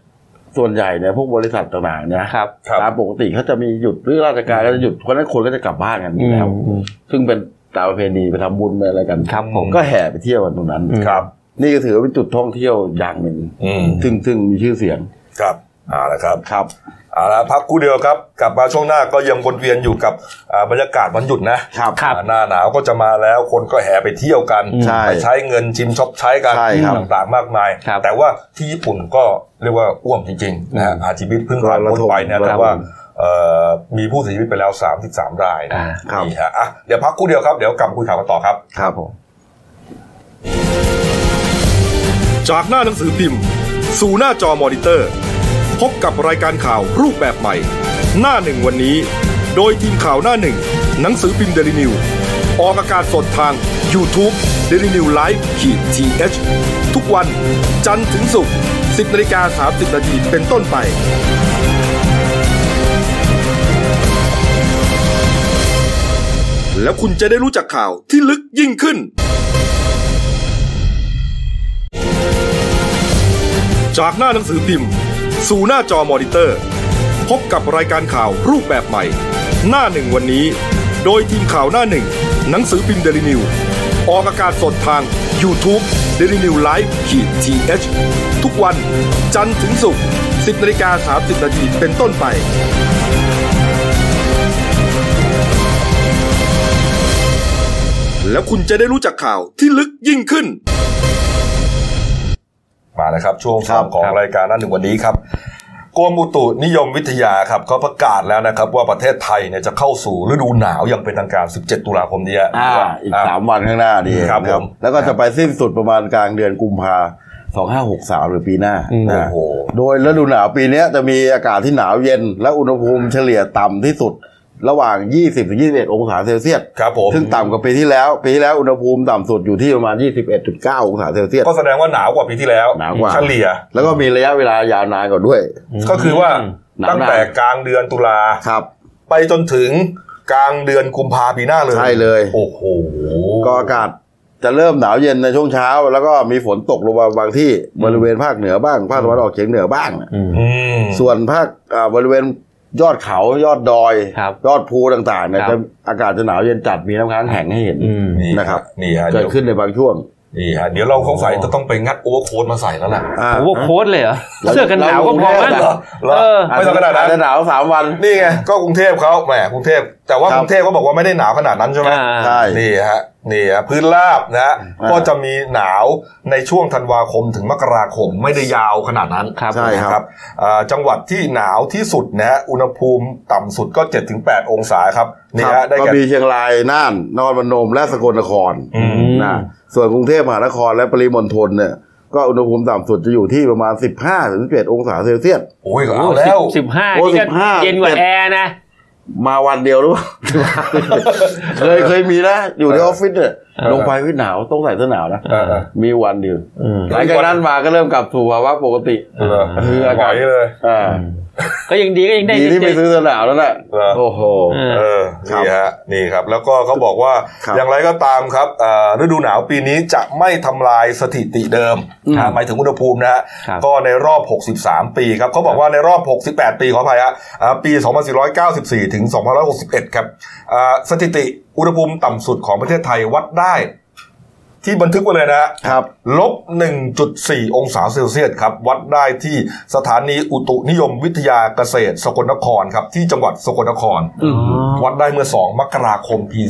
C: ส่วนใหญ่เนี่ยพวกบริษัทต่างๆเนี่ย
B: ครับ
A: ครับ
C: ตามปกติเขาจะมีหยุดหรือราชการก็จะหยุดเพราะฉะนั้นคนก็จะกลับบ้านกันอยู่แล้ว
B: อืม
C: ซึ่งเป็นตามประเพณีไปทำบุญไปอะไรกัน
B: ครับผม
C: ก็แห่ไปเที่ยวกันตรงนั้น
B: อืม
A: ครับ
C: นี่ก็ถือว่าเป็นจุดท่องเที่ยวอย่างหนึ่ง
A: อืม
C: ซึ่งซึ่งมีชื่อเสียง
A: ครับเอาละครับ
C: ครับ
A: เอาละพักครู่เดียวครับ กลับมาช่วงหน้าก็ยังวนเวียนอยู่กับอ่าบรรยากาศวันหยุดนะครับ
B: ครับ
A: อ่าหน้าหนาวก็จะมาแล้วคนก็แห่ไปเที่ยวกัน
C: ใช่
A: ไปใช้เงินจิมช็อปใช้กัน
C: ใช่ครับ
A: ต่างๆมากมาย
B: ครับ
A: แต่ว่าที่ญี่ปุ่นก็เรียกว่าอ้วมจริงๆนะฮะอาชีวิตเพิ่งผ่านพ้นไปเนี่ย
C: ระทม
A: แต่ว่าเอ่อมีผู้เสียชีวิตไปแล้ว 33 รายนะ
B: อ่า
C: ครับ
A: นี่ฮะอ่ะเดี๋ยวพักครู่เดียวครับ เดี๋ยวกลับมาคุยข่าวกันต่อครับ
C: ครับผม
A: จากหน้าหนังสือพิมพ์ สู่หน้าจอมอนิเตอร์ พบกับรายการข่าวรูปแบบใหม่ หน้าหนึ่งวันนี้ โดยทีมข่าวหน้าหนึ่ง หนังสือพิมพ์เดลิวิวออกอากาศสดทาง y o u t u เด d ิวิวไลฟ์ขีดทีเทุกวันจันทร์ถึงศุกร์10นาฬิกา30นาทีเป็นต้นไป แล้วคุณจะได้รู้จักข่าวที่ลึกยิ่งขึ้น จากหน้าหนังสือพิมพ์ สู่หน้าจอมอนิเตอร์ พบกับรายการข่าวรูปแบบใหม่ หน้าหนึ่งวันนี้ โดยทีมข่าวหน้าหนึ่ง หนังสือพิมพ์เดลิวิวออกอากาศสดทาง y o u t u เด d ิวิวไลฟ์ขีดทีเทุกวันจันทร์ถึงศุกร์10นาฬิกา30นาทีเป็นต้นไป แล้วคุณจะได้รู้จักข่าวที่ลึกยิ่งขึ้น มาแล้วครับ ช่วงสามของรายการหนั่นหนึ่งวันนี้ครับกรมอุตุนิยมวิทยาครับเขาประกาศแล้วนะครับ ว่าประเทศไทยเนี่ยจะเข้าสู่ฤดูหนาวอย่างเป็นทางการ 17 ตุลาคมนี้
C: อ่าอีก
A: ะ
C: สามวันข้างหน้าดี
A: ครับ
C: นะ
A: ผม
C: แล้วก็จะไปสิ้นสุดประมาณกลางเดือนกุมภาสองห้าหกสามหรือปีหน้า
B: อืม
A: โอ้
C: นะ
A: โห
C: โดยฤดูหนาวปีเนี้ยจะมีอากาศที่หนาวเย็น และอุณหภูมิเฉลี่ยต่ำที่สุด ระหว่าง 20-21 องศาเซลเซียส
A: ครับผม
C: ซึ่งต่ำกว่าปีที่แล้ว ปีที่แล้วอุณหภูมิต่ำสุดอยู่ที่ประมาณ 21.9 องศาเซลเซียส
A: ก็แสดงว่าหนาวกว่าปีที่แล้ว
C: หนาวกว่า
A: เฉลี่ย
C: แล้วก็มีระยะเวลายาวนานกว่าด้วย
A: ก็คือว่า
C: หนาว
A: ตั้งแต่
C: นาน
A: กลางเดือนตุลา
C: ครับ
A: ไปจนถึงกลางเดือนกุมภาปีหน้าเลย
C: ใช่เลย
A: โอ้โห
C: ก็อากาศจะเริ่มหนาวเย็นในช่วงเช้า แล้วก็มีฝนตกลงมาบางที่บริเวณภาคเหนือบ้าง ภาคตะวันออกเฉียงเหนือบ้าง
B: อืม
A: อืม
C: ส่วนภาคอ่าบริเวณยอดเขายอดดอย
B: ครับ
C: ยอดภูต่างๆเนี่ย
B: ครับ
C: จะอากาศจะหนาวเย็นจัดมีน้ำค้างแข็งให้เห็น
B: อืม
C: นะครับ
A: นี่ฮะ
C: เกิ
A: เดี๋ย
C: ด
A: ว
C: ขึ้นในบางช่วง
A: นี่ฮะเดี๋ยวเราคงใส่จะต้องไปงัดโอเวอร์โค้ดมาใส่แล้วล่ะ
C: อ่า
B: โอ้โหโค้ดเลยเหรอ
C: เรา
B: เสื้อกันหนาวก็พอมั้ง
C: เรา
A: เหรอเหรอ
B: เออ
A: ไม่ต้องขนาด
C: อจ
A: นั้
C: จะ
A: น
C: หนาวสามวัน
A: นี่ไงก็กรุงเทพเขาแหมกรุงเทพแต่ว่า
C: ครั
A: ก
C: บ
A: รุงเทพก็บอกว่าไม่ได้หนาวขนาดนั้นใช่ไหม
B: อ่า
C: ใช่
A: นี่ฮะนี่ฮะพื้นราบนะฮะ
C: อ่า
A: ก็จะมีหนาวในช่วงธันวาคมถึงมกราคมไม่ได้ยาวขนาดนั้น
B: ครับ
C: ใช่ ครับ
A: นะอ่าจังหวัดที่หนาวที่สุดนะฮะอุณหภูมิต่ำสุดก็ 7-8 องศาครับนี่
C: ค
A: ฮะ
C: รับ
A: ได้
C: ก็
A: แก่
C: มีเชียงรายน่านนครพนมและสกลนคร
A: อืม
C: นะส่วนกรุงเทพมหานครและปริมณฑลเนี่ยก็อุณหภูมิต่ำสุดจะอยู่ที่ประมาณ 15ถึง17องศาเซลเซียส
A: โอ้ยเอาแล้ว
B: สิบห้า
C: โอ้
B: นี่ก็
C: 15
B: เย็นกว่าแอร์นะ
C: มาวันเดียวหรือเปล่า เคยเคยมีนะ อยู่ในออฟฟิศเนี่ย
B: เออ
C: ลงไปวิ่หนาวต้องใส่เสื้อหนาวนะ
A: เออ
C: มีวันเดียว
B: อืม
C: หลังจากนั้นมาก็เริ่มกลับสู่ภาวะปกติ
A: เหรอ
C: คืออากาศ
A: ไหวเลย
C: อ่า
B: ก็ยังดีก็ยังได้
C: ดีที่ไปซื้อเสื้อหนาวแล้วแหละ
A: เออ
C: โอ้โห
B: เออ
A: เออ
C: ครับ
A: นี่ฮะ นี่ครับ แล้วก็เขาบอกว่า
C: ครับ
A: อย่างไรก็ตามครับเอ่อฤดูหนาวปีนี้จะไม่ทำลายสถิติเดิม
C: ครั
A: นะ
C: บ
A: หมายถึงอุณหภูมินะฮะ
B: ครับ
A: ก็ในรอบ 63 ปีครับ เขาบอกว่าในรอบ 68 ปีขออภัยฮะอ่าปี 2494 ถึง 2561 ครับอ่าสถิติอุณหภูมิต่ำสุดของประเทศไทยวัดได้ ที่บันทึกไว้เลยนะฮะ
C: ครับ
A: ลบ 1.4 องศาเซลเซียสครับ วัดได้ที่สถานีอุตุนิยมวิทยาเกษตร สกลนครครับ ที่จังหวัดสกลนคร
B: อ๋อ
A: วัดได้เมื่อ 2 มกราคม ปี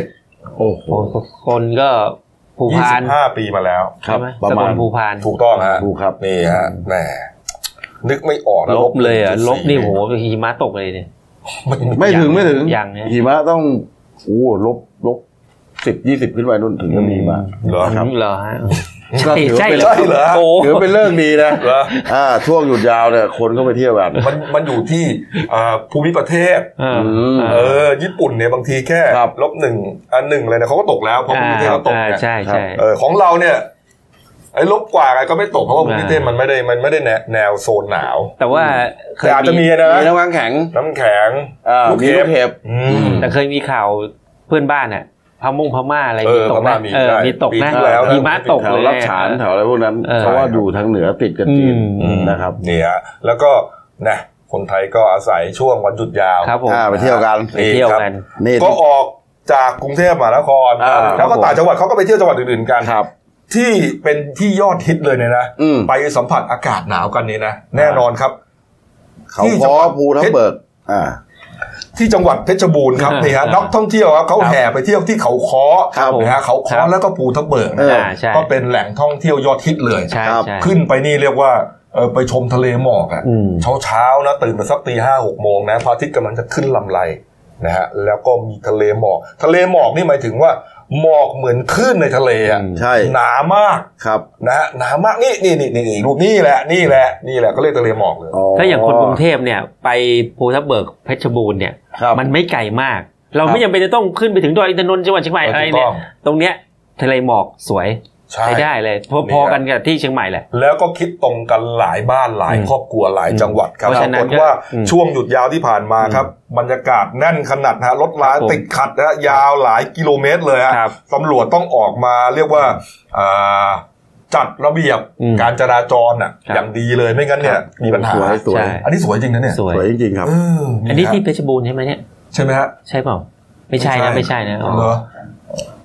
A: 37
C: โอ้โห
B: โอ้โหคนก็ผูพาน
A: 25 ปีมาแล้ว
C: ครับ
B: ใช่ไหม
C: ประ
B: ส
C: มา
B: กุ
C: ณ
B: ลผูพาน
A: ถูกต้องฮะ
C: ถูกครับ
A: นี่ฮะแหมนึกไม่ออกนะ
B: ลบเลยอ่ะ
A: 1.4
B: ลบนี่โหหิมะตกเลยเนี่ย
A: ไม่มี
C: ไม่ถึง
B: ยัง
C: ไม่ถึง
B: ยังเนี่ย
C: หิมะต้องโอ้ลบลบสิบยี่สิบขึ้นไปนู่นถึงจะมีมา
A: เหรอ
C: ครับ
B: เหรอฮะ ใช่ใช่
C: ก็ถือ
A: ใช่เหร
C: ว่าเป็น
A: อ
B: โอ้โห
C: ถือเป็นเรื่องดีนะ
A: เหรอ
C: อ่าช่วงหยุดยาวเนี่ยคนก็ไปเที่ยวกัน
A: มันมันอยู่ที่อ่าภูมิประเทศ
B: เออ
C: ม
A: เออ ญี่ปุ่นเนี่ยบางทีแค่
C: ครับ
A: ลบหนึ่งอันหนึ่งเลยนะเขาก็ตกแล้วเพราะภูมิประเทศเขาตก
B: อ่า
A: เนี่ย
B: ใช่ใช่
A: เออของเราเนี่ยไอ้ลบกว่าไงก็ไม่ตกเพราะว่าภูมิประเทศมันไม่ได้มันไม่ได้แนวแนวโซนหนาว
B: แต่ว่าเค
A: แต่
B: ย
A: อาจจะมี
B: มี
A: นะ
C: มีน้ำค้างแข็ง
A: น้ำแข็ง
C: อ่า
A: ลูก
C: มี
A: เห็บ
C: ลูกเห็บ
A: อืม
C: อืม
B: แต่เคยมีข่าวเพื่อนบ้านเนี่ยพม่งพม่าอะไร
A: เออ
B: มีตก
A: พม่า
B: นะ
A: มี
B: เออ
A: ได้
B: มีตกนะ
A: ปีที่แล้วนะ
B: หิมะตก
C: แถว
B: เลย
C: รับฉานแถวอะไรพวกนั้น
B: เออ
C: เพราะว่าดูทางเหนือติดกับจีน
B: อืม
C: นะครับ
A: เนี่ยฮะแล้วก็นะคนไทยก็อาศัยช่วงวันหยุดยาว
B: ครับผม
C: อ่าไปเที่ยวกัน
B: ไปเที่ยวกัน
C: นี่
A: ก็ออกจากกรุงเทพมหานคร
C: อ่า
A: แล้ว
C: ครั
A: ก็
C: บผม
A: ต่างจังหวัดเขาก็ไปเที่ยวจังหวัดอื่นๆกัน
C: ครับ
A: ที่เป็นที่ยอดฮิตเลยเนี่ยนะ
C: อืม
A: ไปสัมผัสอากาศหนาวกันเนี่ยนะ แน่นอนครับ
C: เขา
A: ที่จัง
C: พ้
A: ห
C: อ
A: วัด
C: ภูทับเบิก อ่า
A: ที่จังหวัดเพชรบูรณ์ครับ
B: อ่า
A: นี่ฮะ
B: อ่า
A: นักท่องเที่ยวครับเขาแห่ไปเที่ยวที่เขาค้อ
B: ครับผม
A: นะฮะเขา
B: ครั
A: ค้อบ แล้วก็ภูทับเบิก
C: เอ
A: นะ
C: อ
B: อ่าใช่
A: ก็เป็นแหล่งท่องเที่ยวยอดฮิตเลย
B: ใช่
C: ครับ
B: ใช่
A: ขึ้นไปนี่เรียกว่าเออไปชมทะเลหมอกอะ
B: อืม
A: เช้าเช้าๆนะตื่นมาสักตีห้าหกโมงนะพระอาทิตย์กำลังจะขึ้นลำไรนะฮะแล้วก็มีทะเลหมอก ทะเลหมอกนี่หมายถึงว่าหมอกเหมือนคลื่นในทะเลอะ
C: ใช่
A: หนามาก
C: ครับ
A: นะฮะหนามากนี่นี่นี่นี่นี่รูปนี่แหละนี่แหละนี่แหละก็เรียกทะเลหมอกเลย
B: ถ้าอย่างคนกรุงเทพเนี่ย ไปภูทับเบิกเพชรบูรณ์เนี่ย
C: ครับ
B: มันไม่ไกลมาก เรา
C: ครับ
B: ไม่จำเป็นจะต้องขึ้นไปถึงดอยอินทนนท์จังหวัดเชียงใหม่
A: เออ
B: อะไร
A: ถูกต้อ
B: เนี่
A: ย ง
B: ตรงเนี้ยทะเลหมอกสวย
A: ใช่
B: ใช้ได้เลย
A: นี่
B: พอ
A: แหละ
B: ๆกันกับที่เชียงใหม่แหละ
A: แล้วก็คิดตรงกันหลายบ้านหลาย
B: อืม
A: ครอบครัวหลายจังหวัดครับ
B: เพราะ
A: ป
B: ฉะ
A: รา
B: นั้
A: กฏ
B: นก็
A: ว่า
B: อืม
A: ช่วงหยุดยาวที่ผ่านมาครับ บรรยากาศแน่นขนาดนะฮะรถลา
B: ครับผม
A: ติดขัดนะฮะยาวหลายกิโลเมตรเลยฮะ
B: ครับ
A: ตำรวจต้องออกมาเรียกว่าอ่าจัดระเบียบ
B: อืม
A: การจราจรอ่ะ
B: ครับ
A: อย่างดีเลยไม่งั้นเนี่ย มีปัญหา
C: สวยสวย
B: ใช่
A: อันนี้สวยจริงนะเนี่ย
B: สวย
C: สวยจริงๆครับ
A: เออ
B: อันนี้ที่เพชรบูรณ์ใช่ไหมเนี่ย
A: ใช่ไหมฮะ
B: ใช่เปล่า ไม่ใช่นะไม่ใช่นะอ๋อ
A: เหรอ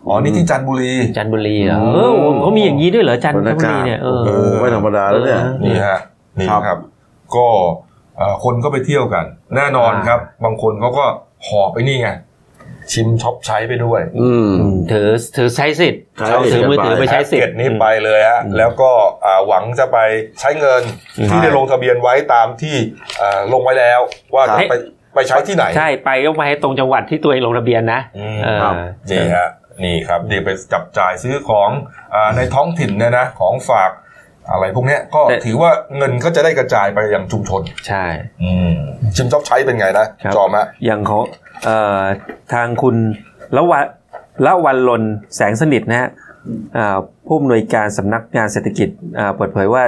A: อ๋อนี่ที่จันทบุรี
B: จันทบุรีเหรอ
C: อืม
B: เออเขามีอย่างนี้ด้วยเหรอจันท
C: บรรยา
B: บุ
C: กา
B: รี
C: ศ
B: เนี่ยเออ
C: โอ้โหไม่ธรรมดาแล้วเนี่ย
B: เออ
A: นี่ฮะนี่
C: ครับ
A: ครับ ก็เอ่อคนก็ไปเที่ยวกัน แน่นอน
B: อ่า
A: ครับ บางคนเขาก็หอบไปนี่ไง ชิมช็อปใช้ไปด้วย
C: ืม
B: อืมถือถือใช้สิทธิ์
C: ใช้สิทธิ์
B: ถือมือถือ
C: ไป
B: ไปใช้สิท
A: เก็ต
B: ธิ์
A: นี้ไปเลยฮะแล้วก็อ่าหวังจะไปใช้เงิน
B: อืม
A: ที่ได้ลงทะเบียนไว้ตามที่อ่าลงไว้แล้ว ว่าจะไปไปใช้ที่ไหน
B: ใช่ไปก็ไปให้ตรงจังหวัดที่ตัวเองลงทะเบียนนะ
A: อืม
B: เออ
C: ครับ
A: นี่ฮะนี่ครับเดี๋ยวไปจับจ่ายซื้อของอาในท้องถิ่นเนี่ยนะของฝากอะไรพวกเนี้ยก็
B: แต่
A: ถือว่าเงินก็จะได้กระจายไปยังชุมชน
B: ใช่
A: อืมชิมช็อปใช้เป็นไงนะครับ จอมฮะ
B: อย่างเขาเอ่อทางคุณละวันละวันลนแสงสนิทนะฮะเอ่อผู้อำนวยการสำนักงานเศรษฐกิจเอ่อเปิดเผยว่า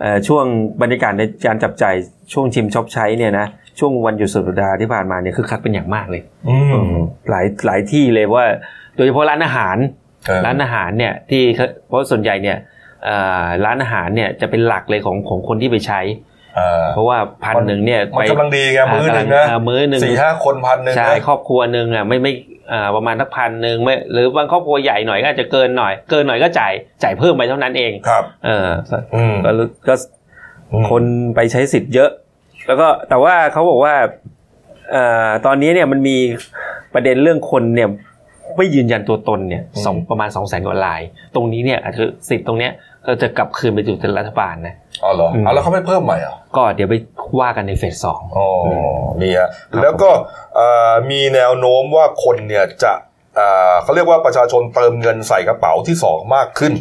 B: เอ่อช่วงบรรยากาศในการจับจ่ายช่วงชิมช็อปใช้เนี่ยนะช่วงวันหยุดสุดสัปดาห์ที่ผ่านมาเนี่ยคือคักเป็นอย่างมากเลย
A: อืม
B: หลายหลายที่เลยว่า โดยเฉพาะร้านอาหาร
A: เออ
B: ร้านอาหารเนี่ยที่เขาเพราะส่วนใหญ่เนี่ยเอ่อร้านอาหารเนี่ยจะเป็นหลักเลยของของคนที่ไปใช้
A: เอ่อ
B: เพราะว่าพันหนึ่งเนี่ย
A: มัน
B: ไป
A: กำลังดีไง
B: า
A: มื้อหนึ่ง
B: กำลั
A: นะ
B: เมื้อหนึ่ง
A: สี่ห้าคนพันหนึ่ง
B: ใช่
A: นะ
B: ครอบครัวหนึ่งอ่ะไม่ไม่อ่าประมาณสักพันหนึ่งไม่หรือบางครอบครัวใหญ่หน่อยก็อาจจะเกินหน่อย เกินหน่อยก็จ่ายจ่ายเพิ่มไปเท่านั้นเอง
A: ครับ
B: เออ
A: อืม
B: ก็ก็คนไปใช้สิทธิ์เยอะ แล้วก็แต่ว่าเขาบอกว่าเอ่อตอนนี้เนี่ยมันมีประเด็นเรื่องคนเนี่ยไม่ยืนยันตัวตนเนี่ยสองประมาณสองแสนกว่าลาย ตรงนี้เนี่ยอาจจะสิทธิ์ตรงเนี้ยก็จะกลับคืนไปสู่รัฐบาลนะ
A: อ๋อเหรอ
B: อืม
A: เอาแล้วเขาไม่เพิ่มใหม่เหรอ
B: ก็เดี๋ยวไปว่ากันในเฟสสอง
A: อ๋ออนี่ฮะ
B: ครับ
A: แล้วก็เอ่อมีแนวโน้มว่าคนเนี่ยจะเอ่อเขาเรียกว่าประชาชนเติมเงินใส่กระเป๋าที่สองมากขึ้น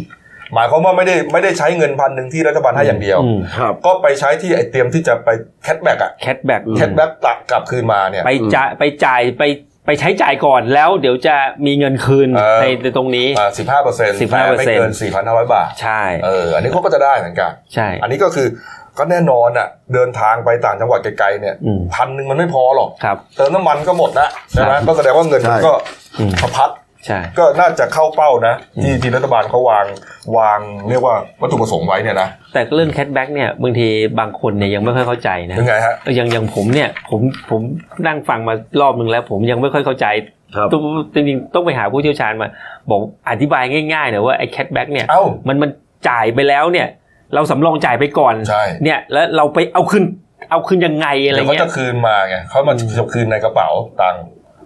A: หมายความว่าไม่ได้ไม่ได้ใช้เงินพันหนึ่งที่รัฐบาลให้อย่างเดียว
B: อืม
C: ครับ
A: ก็ไปใช้ที่ไอเตรียมที่จะไปแคทแบ็กอะ
B: แคทแบ็ก
A: แคทแบ็กตักกลับคืนมาเนี่ย
B: ไปจ่ายไปจ่ายไปไปใช้จ่ายก่อนแล้วเดี๋ยวจะมีเงินคืน
A: เออ
B: ในในตรงนี้
A: สิบห้าเปอร์เซ็นต์
B: 15%
A: ไม่เกินสี่พันห้าร้อยบาท
B: ใช่
A: เอออันนี้เขาก็จะได้เหมือนกัน
B: ใช่
A: อันนี้ก็คือก็แน่นอนอ่ะเดินทางไปต่างจังหวัดไกลๆเนี่ย
B: อืม
A: พันหนึ่งมันไม่พอหรอก
B: ครับ
A: เติมน้ำมันก็หมดนะใช่ไหม
B: ครับ
A: ก็แสดงว่าเงินมัน
C: ใช่
A: ก็
B: อืม
A: สะพัด
B: ใช่
A: ก็น่าจะเข้าเป้านะ ที่ที่รัฐบาลเขาวางวางเรียกว่าวัตถุประสงค์ไว้เนี่ยนะ
B: แต่เรื่องแคทแบ็กเนี่ยบางทีบางคนเนี่ยยังไม่ค่อยเข้าใจนะ
A: ยังไงฮะ
B: เอออย่างอย่างผมเนี่ยผมผมนั่งฟังมารอบนึงแล้ว ผมยังไม่ค่อยเข้าใจ
C: ครับ
B: ต้องจริงๆต้องไปหาผู้เชี่ยวชาญมา บอกอธิบายง่ายๆหน่อยว่าไอ้แคทแบ็กเนี่ย
A: เอ้า
B: มันมันจ่ายไปแล้วเนี่ย เราสำรองจ่ายไปก่อน
A: ใช่
B: เนี่ยแล้วเราไปเอาคืนเอาคืนยังไงอะไร
A: เดี๋ยวเขา
B: เงี้
A: จะ
B: ย
A: คืนมาไงเขามาจะคืนในกระเป๋าตังค์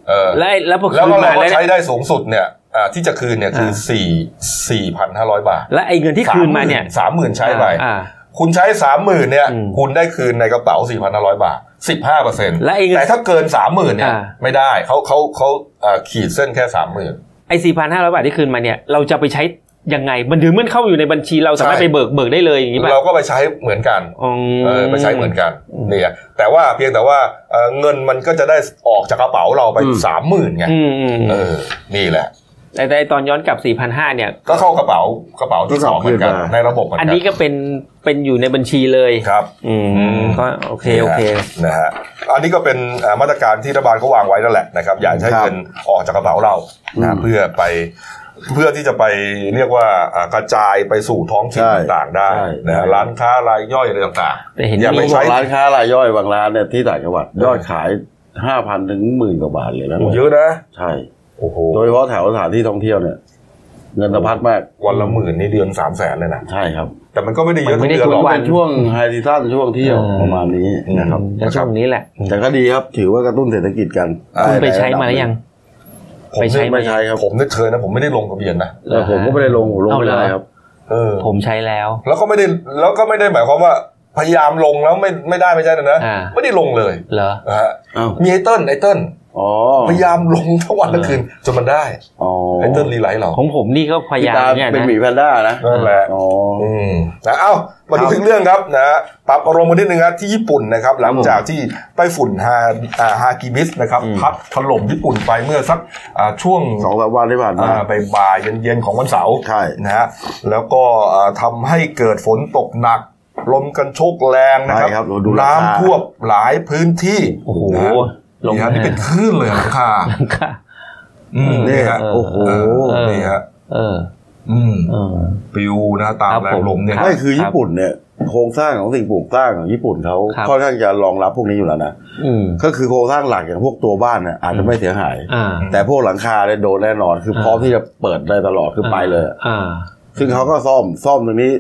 A: เออ
B: แล้วไอ้แล้วพอ
A: แล้ว
B: คืน
A: ก็
B: มา
A: เราก็
B: แล้วเนี่ย
A: ใช้ได้สูงสุดเนี่ยอ่าที่จะคืนเนี่ยคืออา สี่สี่พันห้าร้อยบาท
B: และไอ้เงินที่คืนมาเนี่ย
A: สามหมื่นใช้ไป
B: อ่า
A: คุณใช้สามหมื่นเนี่ย
B: อืม
A: คุณได้คืนในกระเป๋าสี่พันห้าร้อยบาทสิบห้าเปอร์เซ็นต์
B: และไอ้เงิน
A: แต่ถ้าเกินสามหมื่นเนี่ย
B: อ่า
A: ไม่ได้เขาเขาเขาเอ่อขีดเส้นแค่สามหมื่น
B: ไอ้สี่พันห้าร้อยบาทที่คืนมาเนี่ย เราจะไปใช้ ยังไง มันถึงมันเข้าอยู่ในบัญชีเราสามารถ
A: ใช่
B: ไปเบิกเบิกได้เลยอย่างนี้ป่ะ
A: เราก็ไปใช้เหมือนกัน
B: อืม
A: เออไปใช้เหมือนกัน
B: อืม
A: เนี่ยแต่ว่าเพียงแต่ว่าเอ่อเงินมันก็จะได้ออกจากกระเป๋าเราไป
C: อืม
A: สามหมื่นไง
B: อืมอืม
A: เออ นี่แหละ
B: แต่แต่ตอนย้อนกลับ 4,500 เนี่ย
A: ก็เข้ากระเป๋ากระเป๋าที่สองเหมือนกัน
C: ก็เข้า
A: ในระบบเหมือน
B: อั
A: กัน น
B: นี้ก็เป็นเป็นอยู่ในบัญชีเลย
A: ครับ
B: อืมก็โอเคโอเค
A: นะฮะอันนี้ก็เป็นเอ่อมาตรการที่รัฐบาลเขาวางไว้นั่นแหละนะครับ อยากให้
C: ครับ
A: เงินออกจากกระเป๋าเรา
C: อื
A: นะ
C: ม
A: เพื่อไปเพื่อที่จะไปเรียกว่าอ่ากระจายไปสู่ท้องถิ่น
C: ใช่
A: ต่างๆได้
C: ใช่
A: นะฮะร้านค้ารายย่อยอะไรต่าง
B: แต่เห็น
A: ๆอย่า
B: มี
A: ไป
C: บา
A: ใช้
C: งร้านค้ารายย่อยบางร้านเนี่ยที่ต่างจังหวัดยอดขายห้าพันถึงหมื่นกว่าบาทเลยนะ
A: โอ้เยอะนะ
C: ใช่
A: โอ้โห
C: โดยเฉพาะแถวสถานที่ท่องเที่ยวเนี่ย เงินสะพัดมาก
A: วันละหมื่นนี่เดือนสามแสนเลยนะ
C: ใช่ครับ
A: แต่มันก็ไม่ได้เยอะ
B: มันไม่
A: ทุก
B: ได้
A: เดือนหรอ
B: ทุ
A: กก
B: วั
C: เป็นช่วงไฮซีซั่นช่วงเที่ยว
B: เออ
C: ประมาณนี้นะครับ
A: อืม
B: ก็ช่วงนี้แหละ
C: แต่ก็ดีครับถือว่ากระตุ้นเศรษฐกิจกัน
B: คุณไป
C: ด้
B: ใช้
C: ระดับ
B: มาหรือยัง
A: ผม
B: ไปใช้
A: เนี่ย
C: ไม่ใช้ครับ
A: ผมเนี่ยเคยนะผมไม่ได้ลงทะเบียนนะ
C: แต่ผมก็ไม่ได้ลงผมลงไม่
B: เอาเหรอ
C: ได้ครับ
A: เออ
B: ผมใช้แล้ว
A: แล้วก็ไม่ได้แล้วก็ไม่ได้หมายความว่าพยายามลงแล้วไม่ไม่ได้ไม่ใช่นะนะ
B: อ่า
A: ไม่ได้ลงเลย
B: เหรอ
A: นะฮะ
C: อ้าว
A: มีไอเติ้ลไอเติ้ล
C: อ๋อ
A: พยายามลงทั้งวันทั้งคืนจนมันได้
C: อ๋อ
A: ไอ้เติ้ลรีไลท์เรา
B: ของผมนี่ก็พยายามเนี่ย
C: เป็น
B: นะ
C: หมีแพนด้านะ
A: นั่นแหละ
C: อ๋อ
A: อืมนะเอ้ามาดู
C: ครับ
A: ถึงเรื่องครับนะฮะปรับอารมณ์กันนิดนึงครับที่ญี่ปุ่นนะครับ หลังจากที่ไต้ฝุ่นฮาอ่าฮากิมิสนะครับ
C: อืม
A: พัดถล่มญี่ปุ่นไปเมื่อสักอ่าช่วง
C: สองสามวันที่ผ่านมา
A: อ่าบ่ายๆเย็นๆของวันเสาร์
C: ใช่
A: นะฮะแล้วก็อ่าทำให้เกิดฝนตกหนัก ลมกันโชกแรงนะ
C: ใช่
A: ครับ
C: ครับเราดูราคา
A: น้ำท่วมหลายพื้นที่
B: โอ้โห
A: นะฮะ
B: ลง
A: นี่ฮะนี่เป็นคลื่นเลยหลังคา
B: ค่ะ
A: อืมนี่
C: เนี่ย
A: ฮะ
C: โอ้โห
B: เออ
A: นี่ฮะ
B: เออ
A: อืม
B: เออ
A: ปิวนะตาม
B: ครับ
A: แรงลมเนี่ย
B: ผม
C: ไม่คือญี่ปุ่นเนี่ยโครงสร้างของสิ่งปลูกสร้างของญี่ปุ่นเขา
B: ครับ
C: ค่อนข้างจะรองรับพวกนี้อยู่แล้วนะ
B: อืม
C: ก็คือโครงสร้างหลักอย่างพวกตัวบ้านเนี่ยอาจจะไม่เสียหาย
B: อ่า
C: แต่พวกหลังคาเนี่ยโดนแน่นอน คือ
B: เออ
C: พร้อมที่จะเปิดได้ตลอดคือไปเลย
B: อ่า
C: ซึ่งเขาก็ซ่อมซ่อมตรงนี้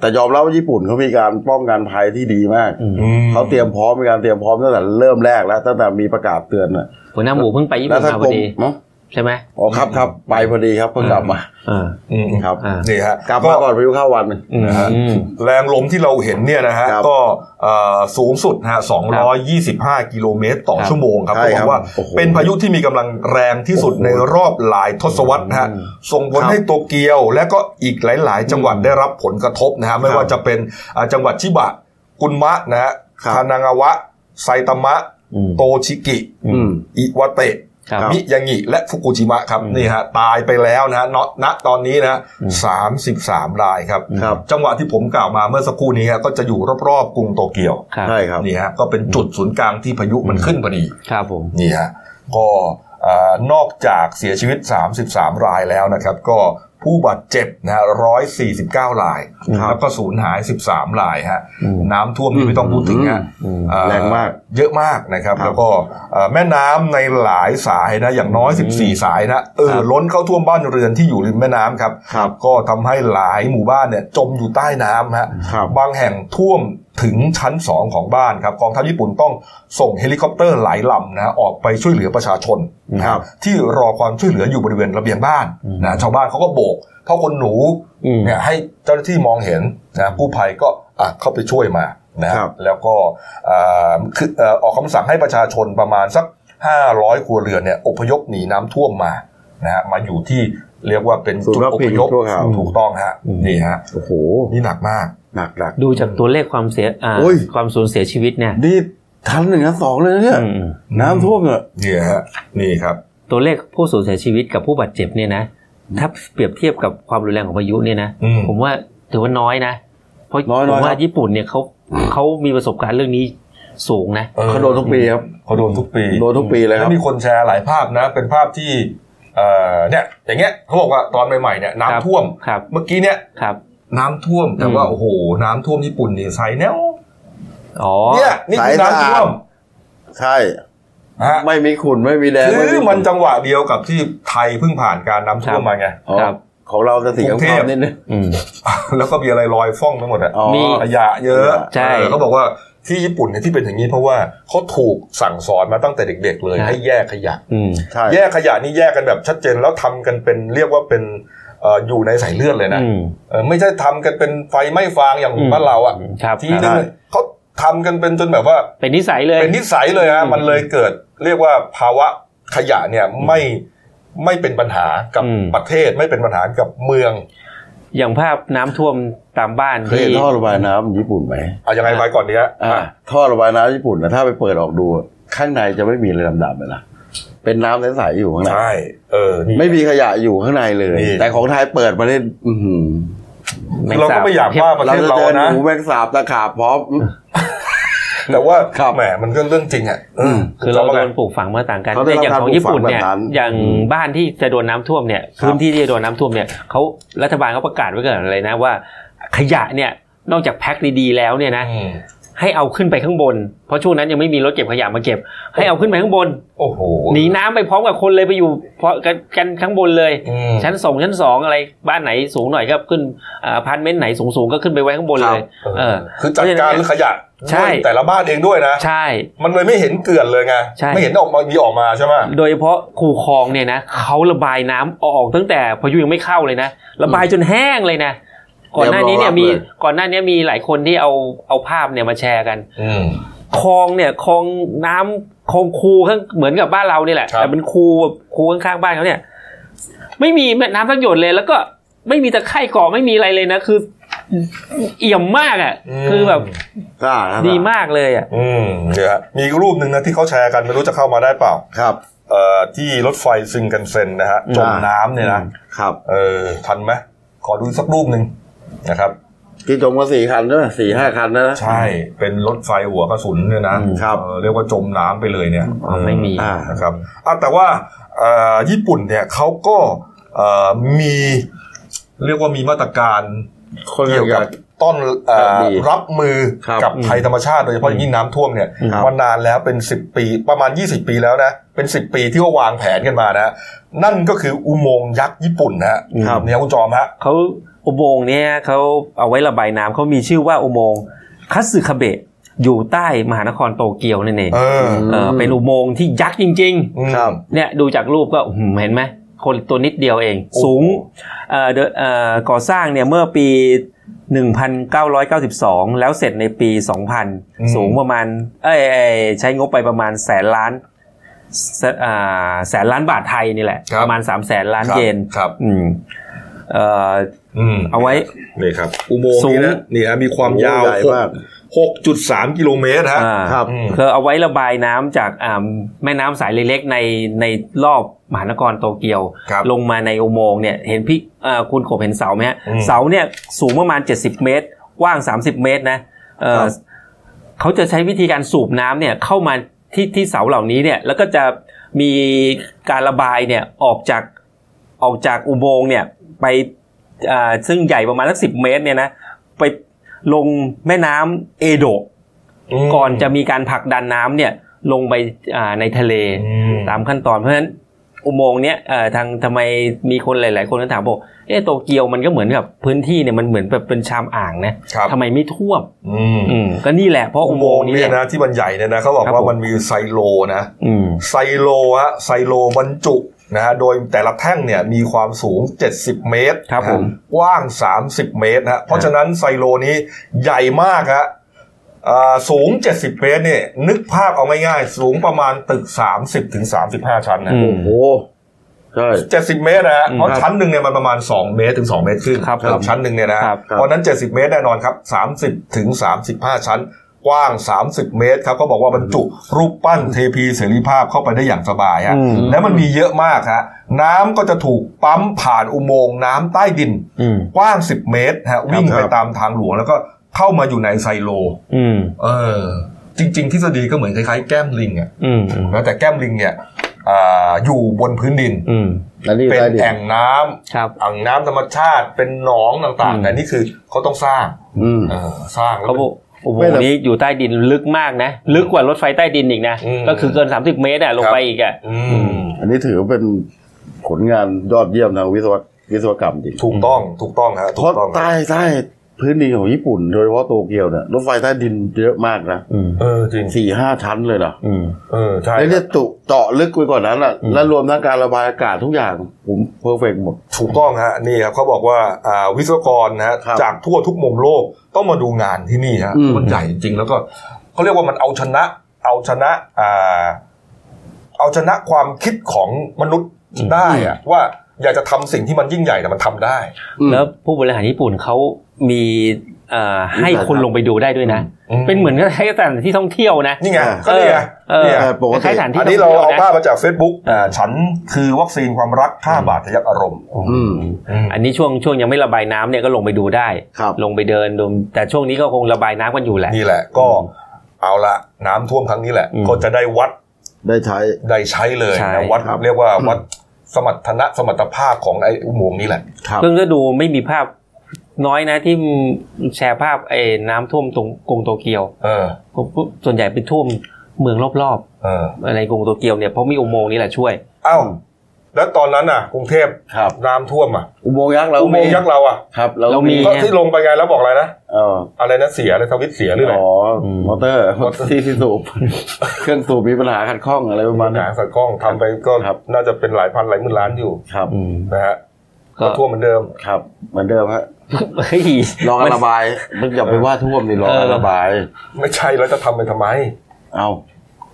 C: แต่ยอมรับว่าญี่ปุ่นเขามีการป้องกันภัยที่ดีมาก
B: อืม
A: อืม
C: เขาเตรียมพร้อมมีการเตรียมพร้อมตั้งแต่เริ่มแรกแล้วตั้งแต่มีประกาศเตือนน่ะ
B: หัวหน้าหมูเพิ่งไปญี่
C: แล้ว
B: ปุ่
C: น ถ้ามร
B: าก พอ
C: ม
B: ดี
C: เนาะ
B: ใช่ไหม
C: อ๋อครับครับไปพอดีครับเพิ่งกลับมา
B: อ่า
A: อืม
C: ครับ
B: อ่า
A: นี่ฮะ
C: กลับมาก่อนพายุเข้าวัน
B: อืม
A: นะฮะ
B: อืม
A: แรงลมที่เราเห็นเนี่ยนะฮะ
C: ครับ
A: ก็เอ่อสูงสุดนะฮะ225 กิโลเมตรต่อ
B: ครับ
A: ชั่วโมงครับ
C: ใช่
A: เขาบอ
C: ครับ
A: กว่า
C: โอ้โห
A: เป็นพายุที่มีกำลังแรงที่สุด
C: โอ้โห
A: ในรอบหลายทศวรรษนะฮะ
C: อืม
A: ส่งผล
C: ครับ
A: ให้โตเกียวและก็อีกหลาย ๆ จังหวัดได้รับผลกระทบนะฮะไม่ว่า
C: ครับ
A: จะเป็นอ่าจังหวัดชิบะ กุนมะนะฮะ
C: ครับ
A: คานางาวะ ไซตามะ
B: อืม
A: โตชิกิ
C: อืม
A: อิวาเตะ
B: ครับ
A: มิยางิและฟุกุจิมะครับนี่ฮะตายไปแล้วนะฮะณณตอนนี้นะฮะสามสิบสามรายครับ
C: ครับ
A: จังหวะที่ผมกล่าวมาเมื่อสักครู่นี้ฮะก็จะอยู่รอบๆกรุงโตเกียว
B: ครับ
C: ใช่ครับ
A: นี่ฮะก็เป็นจุดศูนย์กลางที่พายุมันขึ้นพอดี
B: ครับผม
A: นี่ฮะก็อ่านอกจากเสียชีวิต 33 รายแล้วนะครับ ก็ผู้บาดเจ็บนะฮะ149 ราย
C: ครับ
A: แล้วก็สูญหาย 13 รายฮะ
B: อืม
A: น้ำท่วมนี่ไม่ต้องพูดถึงฮะ
B: อืม
A: เอ่อ
C: แรงมาก
A: เยอะมากนะครับ
C: ครับ
A: แล้วก็เอ่อแม่น้ำในหลายสายนะอย่างน้อย
B: อืม
A: 14 สายนะเอ
B: ค
A: อ
B: รับ
A: ล้นเข้าท่วมบ้านเรือนที่อยู่ริมแม่น้ำครับ
C: ครับ
A: ก็ทำให้หลายหมู่บ้านเนี่ยจมอยู่ใต้น้ำฮะ
C: ครับ
A: งแห่งท่วมถึงชั้น 2 ของบ้านครับกองทัพญี่ปุ่นต้องส่งเฮลิคอปเตอร์หลายลำนะออกไปช่วยเหลือประชาชนนะครับ ที่รอความช่วยเหลืออยู่บริเวณระเบียงบ้านนะชาวบ้านเขาก็โบกเพราะคนหนู
B: อืม
A: เนี่ยให้เจ้าหน้าที่มองเห็นนะกู้ภัยก็อ่ะเข้าไปช่วยมานะครับ แล้วก็อ่าคือเอ่อออกคำสั่งให้ประชาชนประมาณสัก 500 ครัวเรือนเนี่ยอพยพหนีน้ำท่วมมานะฮะมาอยู่ที่เรียกว่าเป็น
C: ศูนย์
A: จุด
C: พัก
A: อ
C: พิ
A: พ
C: ง
A: ยพ
C: ชั่วคราว
A: ถูกต้องฮะ
B: อืม
A: นี่ฮะ
C: โอ้โห
A: นี่หนักมาก
C: หนักหนัก
B: ดูจากตัวเลขความเสียอ่า
C: โอ้ย
B: ความสูญเสียชีวิตเนี่ย
C: นี่ทันหนึ่งทันสองเลยนะเนี่ย
B: อืม
C: น้ำท่วมเนี่ย
A: เนี่ยฮะนี่ครับ
B: ตัวเลขผู้สูญเสียชีวิตกับผู้บาดเจ็บเนี่ยนะ ถ้าเปรียบเทียบกับความรุนแรงของพายุเนี่ยนะ
A: อืม
B: ผมว่าถือว่าน้อยนะ เพราะ
C: น้อยๆ
B: ผมว่า
C: ครับ
B: ญี่ปุ่นเนี่ยเขาเขามีประสบการณ์เรื่องนี้สูงนะ
A: ออ
C: เขาโดนทุกปีครับ
A: เขาโดนทุกปี
C: โดนทุกปีเลยค
A: แล้
C: รั
A: ว
C: บ
A: มีคนแชร์หลายภาพนะ เป็นภาพที่เอ่อเนี่ยอย่างเงี้ยเขาบอกว่าตอนใหม่ๆเนี่ย
B: ครับ
A: น้ำท่วม
B: ครับ
A: เมื่อกี้เนี่ย
B: ครับ
A: น้ำท่วมแต่ว่า
B: อืม
A: โอ้โหน้ำท่วมญี่ปุ่นนี่ไซแนว
B: อ๋อ
A: เนี่ยนี่คือ
C: สาย
A: น้ำ
C: สะ
A: ท่
C: อาด
A: วม
C: ใช่
A: นะฮะ
C: ไม่มีขุนไม่มีแดงไ
A: คือมันจังหวะเดียวกับที่ไทยเพิ่งผ่านการน้ำท่วมมาไง
C: อ๋อ
B: ครับ
C: ของเราจะสี
A: กรุงเทพ
C: ขาวๆนิดนึง
B: อืม
A: แล้วก็มีอะไรลอยฟ่องไปหมดอะ
C: อ๋อ
B: มี
A: ขยะเยอะ
B: ใช่
A: เออเขาบอกว่าที่ญี่ปุ่นเนี่ยที่เป็นอย่างนี้เพราะว่าเขาถูกสั่งสอนมาตั้งแต่เด็ก ๆ เลย
B: ครับ
A: ให้แยกขยะ
B: อืม
C: ใช่
A: แยกขยะนี่แยกกันแบบชัดเจนแล้วทำกันเป็นเรียกว่าเป็นเอ่ออยู่ในสายเลือดเลยนะ
B: อืม
A: เออไม่ใช่ทำกันเป็นไฟไหม้ฟางอย่าง
B: อืม
A: บ้านเราอะ
B: ครับ
A: ที
B: ค
A: นึ
B: รับ
A: ง
C: ได้
A: เขาทำกันเป็นจนแบบว่า
B: เป็นนิสัยเลย
A: เป็นนิสัยเลยฮะ
B: อืม
A: มันเลยเกิดเรียกว่าภาวะขยะเนี่ยไม่ไม่เป็นปัญหากับ
B: อืม
A: ประเทศไม่เป็นปัญหากับเมือง
B: อย่างภาพน้ำท่วมตามบ้าน
C: เคย
B: ที่
C: เห็นท่อระบายน้ำญี่ปุ่นไหม
A: เอายังไงไปก่อนเนี้ย
C: อ่าท่อระบายน้ำญี่ปุ่นนะถ้าไปเปิดออกดู ข้างในจะไม่มีอะไรดำๆเลยนะเป็นน้ำใสๆอยู่ข้างใน
A: ใช่เออนี่
C: ไม่มีขยะอยู่ข้างในเลย
A: นี่
C: แต่ของไทยเปิดมาเนี่ยอื้อหือ
B: แงสบ
A: เราก็ไม่อยากว่าประ
C: เรา
A: เทศ
C: จะ
A: เรา
C: เจอห
A: นะ
C: นูแมงสาบตะขาบพร้อม
A: แต่ว่า
C: ครับ
A: แหมมันก็เรื่องจริงอ่ะเออ
B: คือเรา
A: จะว่
B: โด
A: ไง
B: นปลูกฝังมาต่างกัน
C: เขาได้
B: แต่อย่าง
C: รับ
B: ของญี่ปุ่นเนี่ย
C: การปลูกฝังแบบนั้น
B: อย่าง
C: อืม
B: บ้านที่จะโดนน้ำท่วมเนี่ยพื้นที่ที่จะโดนน้ำท่วมเนี่ยเขารัฐบาลเขาประกาศไว้ก่อนเลยนะว่า ขยะเนี่ยนอกจากแพ็คดีๆแล้วเนี่ยนะ
A: อืม
B: ให้เอาขึ้นไปข้างบน เพราะช่วงนั้นยังไม่มีรถเก็บขยะมาเก็บ ให้เอาขึ้นไปข้างบน
A: โอ้โห
B: หนีน้ำไปพร้อมกับคนเลยไปอยู่พร้อมกันกันข้างบนเลย
A: อืม
B: ชั้นสองชั้นสองอะไรบ้านไหนสูงหน่อยก็ขึ้นอาพาร์ตเมนต์ไหนสูงสูงๆก็ขึ้นไปไว้ข้างบนเลย เออ
A: คือจัดการเรื่องขยะ
B: ใช่
A: ด้วยแต่ละบ้านเองด้วยนะ
B: ใช่
A: มันเลยไม่เห็นเกลื่อนเลยไง
B: ใช่
A: ไม่เห็นออกมามีออกมาใช่ไหม
B: โดยเฉพาะคูคลองเนี่ยนะเขาระบายน้ำออกตั้งแต่พายุยังไม่เข้าเลยนะ ระบายจนแห้งเลยนะ ก่อนหน้านี้เนี่ย
C: เรี
B: มี
C: ยบร้อยเลย
B: ก่อนหน้านี้มีหลายคนที่เอาเอาภาพเนี่ยมาแชร์กันคลองเนี่ยคลองน้ำคลองคูข้างเหมือนกับบ้านเรานี่แหละ
A: ครับ
B: แต่เป็นคูแบบคูข้างๆบ้านเขาเนี่ย ไม่มีแม่น้ำสักหยดเลย แล้วก็ไม่มีตะไคร่เกาะไม่มีอะไรเลยนะคือ เอี่ยมมากอ่ะ คือแบบ
C: กล้าครับ
B: ดีมากเลยอ่ะ
A: อืมเนี่ยฮะมีรูปหนึ่งนะที่เขาแชร์กันไม่รู้จะเข้ามาได้เปล่า
C: ครับ
A: เอ่อที่รถไฟซิงกันเซ็นนะฮะจมน้ำเนี่ยนะครับเออทันไหมขอดูสักรูปหนึ่งนะครับ
C: ที่จมมาสี่คันใช่ไหมสี่ห้าคันนะ
A: ใช่เป็นรถไฟหัวกระสุนเนี่ยนะ
C: อืมครับ
A: เออเรียกว่าจมน้ำไปเลยเนี่ย
B: อ๋อไม่มี
A: เออนะครับอ่ะแต่ว่าเอ่อญี่ปุ่นเนี่ยเขาก็เอ่อมีเรียกว่ามีมาตรการเกี่ยวกับต้อนเอ่อ
C: ครับดี
A: รับมือ
C: ครับ
A: กับ
B: อืม
A: ภัยธรรมชาติโดยเฉพาะอย่างยิ่งน้ำท่วมเนี่ย
C: ครับ
A: มานานแล้วเป็น 10 ปีประมาณ 20 ปีแล้วนะเป็น 10 ปีที่ว่าวางแผนกันมานะนั่นก็คืออุโมงค์ยักษ์ญี่ปุ่นนะฮะ
B: ครับ
A: เนี่ยคุณจอมฮะ
B: เขาอุโมงค์เนี่ยเขาเอาไว้ระบายน้ำเขามีชื่อว่าอุโมงค์คัตสึคาเบะอยู่ใต้มหานครโตเกียวนั่นเอง
A: เออ
B: เออเป็นอุโมงค์ที่ยักษ์จริง
C: ครับ
B: ๆ เนี่ยดูจากรูปก็อื้อหือเห็นไหมคนตัวนิดเดียวเอง สูงเอ่อเดอะเอ่อก่อสร้างเนี่ยเมื่อปี 1992 แล้วเสร็จในปี 2000 สูงประมาณเอ้ยเอ้ยใช้งบไปประมาณแสนล้านแสนอ่าแสนล้านบาทไทยนี่แหละ
A: ครับ
B: ประมาณ 3 0 0แสนล้านเยน
A: ครับ
B: อืมเอ่อ
A: อืม
B: เอาไว้
A: นี่ครับ อุโมงค์
B: สู
A: นี้
B: ง
A: นะนี่ฮะมีความยาว
C: โอ้ใหญ่มาก
A: หกจุดสามกิโลเมตรฮะ
B: อ่า
C: ครับ
A: อืม
B: เธอเอาไว้ระบายน้ำจากอ่าแม่น้ำสายเล็กๆในในรอบมหานครโตเกียว
A: ครับ
B: ลงมาในอุโมงค์เนี่ยเห็นพี่อ่าคุณขบเห็นเสาไหมฮะ
A: อืม
B: เสาเนี่ยสูงประมาณ 70 เมตร กว้าง 30 เมตรนะเอ่อ
C: ครับ
B: เขาจะใช้วิธีการสูบน้ำเนี่ยเข้ามาที่ที่เสาเหล่านี้เนี่ยแล้วก็จะมีการระบายเนี่ยออกจากออกจากอุโมงค์เนี่ยไปอ่าซึ่งใหญ่ประมาณสักสิเมตรเนี่ยนะไปลงแม่น้ำเอโดะ
A: ม
B: ก่อนจะมีการผลักดันน้ำเนี่ยลงไปอ่าในทะเล
A: อื
B: ตามขั้นตอนเพราะฉะนั้นอุโมงค์เนี้ยเอ่อทางทำไมมีคนหลาย ๆ คนก็ถามบอกเอะโตเกียวมันก็เหมือนกับพื้นที่เนี่ยมันเหมือนแบบเป็นชามอ่างนะครับ ทำไมไม่ท่วม
A: อืม
B: อืมก็นี่แหละเพราะอุ
A: อุ
B: โม
A: โม
B: ง
A: ง
B: ค์
A: ค์
B: นี้
A: เนี่
B: เนี่ย ย
A: นะที่มันใหญ่เนี่ยนะเขาบอก
B: ครับ
A: ว่า
B: ผม
A: มันมีไซโลนะ
B: อืม
A: ไซโลฮะไซโลบรรจุนะฮะโดยแต่ละแท่งเนี่ยมีความสูง 70 เมตร
B: ครับผม
A: กว้าง 30 เมตรนะฮะเพราะฉะนั้นไซโลนี้ใหญ่มากฮะอ่าสูง 70 เมตรเนี่ยนึกภาพเอาง่ายๆสูงประมาณตึก 30ถึง35 ชั้นนะ
B: อืม
C: โอ้โหใช่
A: จ็ดสิบเมตรนะฮะ
B: อืม
A: เพราะชั้นหนึ่งเนี่ยมันประมาณสองเมตรถึงสองเมตรครึ่ง
B: ครับ
A: สำหรับชั้นหนึ่งเนี่ยนะครับ เพราะฉะนั้นเจ็ดสิบเมตรแน่นอนครับสามสิบถึงสามสิบห้าชั้น กว้างสามสิบเมตรครับก็บอกว่าบรรจุรูปปั้นเทพีเสรีภาพเข้าไปได้อย่างสบายฮะ
B: อืม
A: และมันมีเยอะมากฮะน้ำก็จะถูกปั๊มผ่านอุโมงค์น้ำใต้ดิน
B: อืม
A: กว้างสิบเมตรฮะวิ่งไป
C: ครับ
A: ตามทางหลวงแล้วก็เข้ามาอยู่ในไซโล
B: อืม
A: เออ จริง ๆ ทฤษฎีก็เหมือนคล้ายๆแก้มลิงอะ
B: อืมอืม
A: นะแต่แก้มลิงเนี่ยอ่าอยู่บนพื้นดิน
B: อืม
C: อันนี้
A: เป็น
C: ได้ดิ
A: แอ่งน้ำ
B: ครับ
A: อ่างน้ำธรรมชาติเป็นหนองต่าง
B: อื
A: ๆ
B: ม
A: แต่นี่คือเขาต้องสร้าง
C: อืม
A: เออสร้างแล้ว
B: เขา
A: มัน
B: บอกอุโมงค์นี้อยู่ใต้ดินลึกมากนะ ลึกกว่ารถไฟใต้ดินอีกนะ
A: อืม
B: ก็คือเกิน 30 เมตรอะลงไปอีกอะ
A: อืม
C: อันนี้ถือว่าเป็นผลงานยอดเยี่ยมทางวิศวะวิศวกรรมจริง
A: ถูกต้องถูกต้องฮะ
C: เพ
A: ถูก
C: ราะ
A: ต้อง
C: ใต้ใต้พื้นดินของญี่ปุ่น โดยเฉพาะโตเกียวเนี่ยรถไฟใต้ดินเยอะมากนะ
B: อืม
A: เออจริง
C: สี่ห้าชั้นเลยนะ
B: อืม
A: เออใช่
C: แล้วเนี่ยตุเจาะลึกไปกว่านั้นอ่ะ
B: อืม
C: และรวมทั้งการระบายอากาศทุกอย่าง ผมเพอร์เฟกหมด
A: ถูกต้องฮะนี่ครับเขาบอกว่าอ่าวิศวกรนะฮะ
C: ครับ
A: จากทั่วทุกมุมโลกต้องมาดูงานที่นี่ฮะ
C: อืม
A: มันใหญ่จริงแล้วก็เขาเรียกว่ามันเอาชนะ เอาชนะอ่าเอาชนะความคิดของมนุษย์ได้อะว่า อยากจะทำสิ่งที่มันยิ่งใหญ่แต่มันทำได้
B: แล้วผู้บริหารญี่ปุ่นเขามีเอ่อให้คนลงไปดูได้ด้วยนะ
A: อืม
B: เป็นเหมือนกับให้สถานที่ท่องเที่ยวนะ
A: นี่ไง
C: อ่า
A: ก็นี่ไง
B: เออ
A: นี่ไง
C: เออปกติ
B: คล้ายๆสถานที่
A: อัน
B: ท่อง
A: นี้
B: เที่
A: เรา
B: ยว
A: เอา
B: นะ
A: ภาพมาจาก Facebook อ่าฉันคือวัคซีนความรักฆ่าบาดทะยักอารมณ์
C: อืม
B: อันนี้ช่วงช่วงยังไม่ระบายน้ำเนี่ยก็ลงไปดูได้
C: ครับ
B: ลงไปเดินดมแต่ช่วงนี้ก็คงระบายน้ำกันอยู่แหละ
A: นี่แหละก็เอาละน้ำท่วมครั้งนี้แหละ
B: อืม
A: ก็จะได้วัด
C: ได้ใช้
A: ได้ใช้เลย
B: ใช่
A: นะวัด
C: ครับ
A: เรียกว่าวัดสมรรถนะสมรรถภาพของไอ้อุโมงค์นี้แหละ
C: ครับ
B: เพิ่งก็ดูไม่มีภาพน้อยนะที่แชร์ภาพไอ้น้ำท่วมตรงกรุงโตเกียว
A: เออ
B: ผมส่วนใหญ่เป็นท่วมเมืองรอบ
A: เออ
B: ๆอะไรกรุงโตเกียวเนี่ยเพราะมีอุโมงค์นี่แหละช่วย
A: เอ้าแล้วตอนนั้นน่ะ กรุงเทพ
C: ครับ
A: น้ำท่วมอ่ะ
C: อุโมงค์ยักษ์เรา
A: อุโมงค์ยักษ์เราอ่ะ
C: ครับเรา
B: เรามี
A: ก็ที่ลงไปไงแล้วบอกอะไรนะ
C: เออ
A: อะไรนะเสียอะไรทวิตเสียหรืออะไร
C: อ๋ออ
B: ม
C: มอเตอร์
A: มอเตอร์
C: ที่ที่สูบ เครื่องสูบมีปัญหาขัดข้องอะไรประมาณ
A: ห
C: นั้
A: นัง
C: น
A: ใส่กล้องทำไปก็
C: ครับ
A: น่าจะเป็นหลายพันหลายหมื่นล้านอยู่
C: ครับ
A: นะฮะ
B: ก็
A: ก็ท่วมเหมือนเดิม
C: ครับ เหมือนเดิมฮะ
B: เฮ้ย
C: รอการระบายมึงอย่าไปว่าท่วมนี่รอ
B: เออ
C: การระบาย
A: ไม่ใช่แล้วจะทำไปทำไม
C: เอา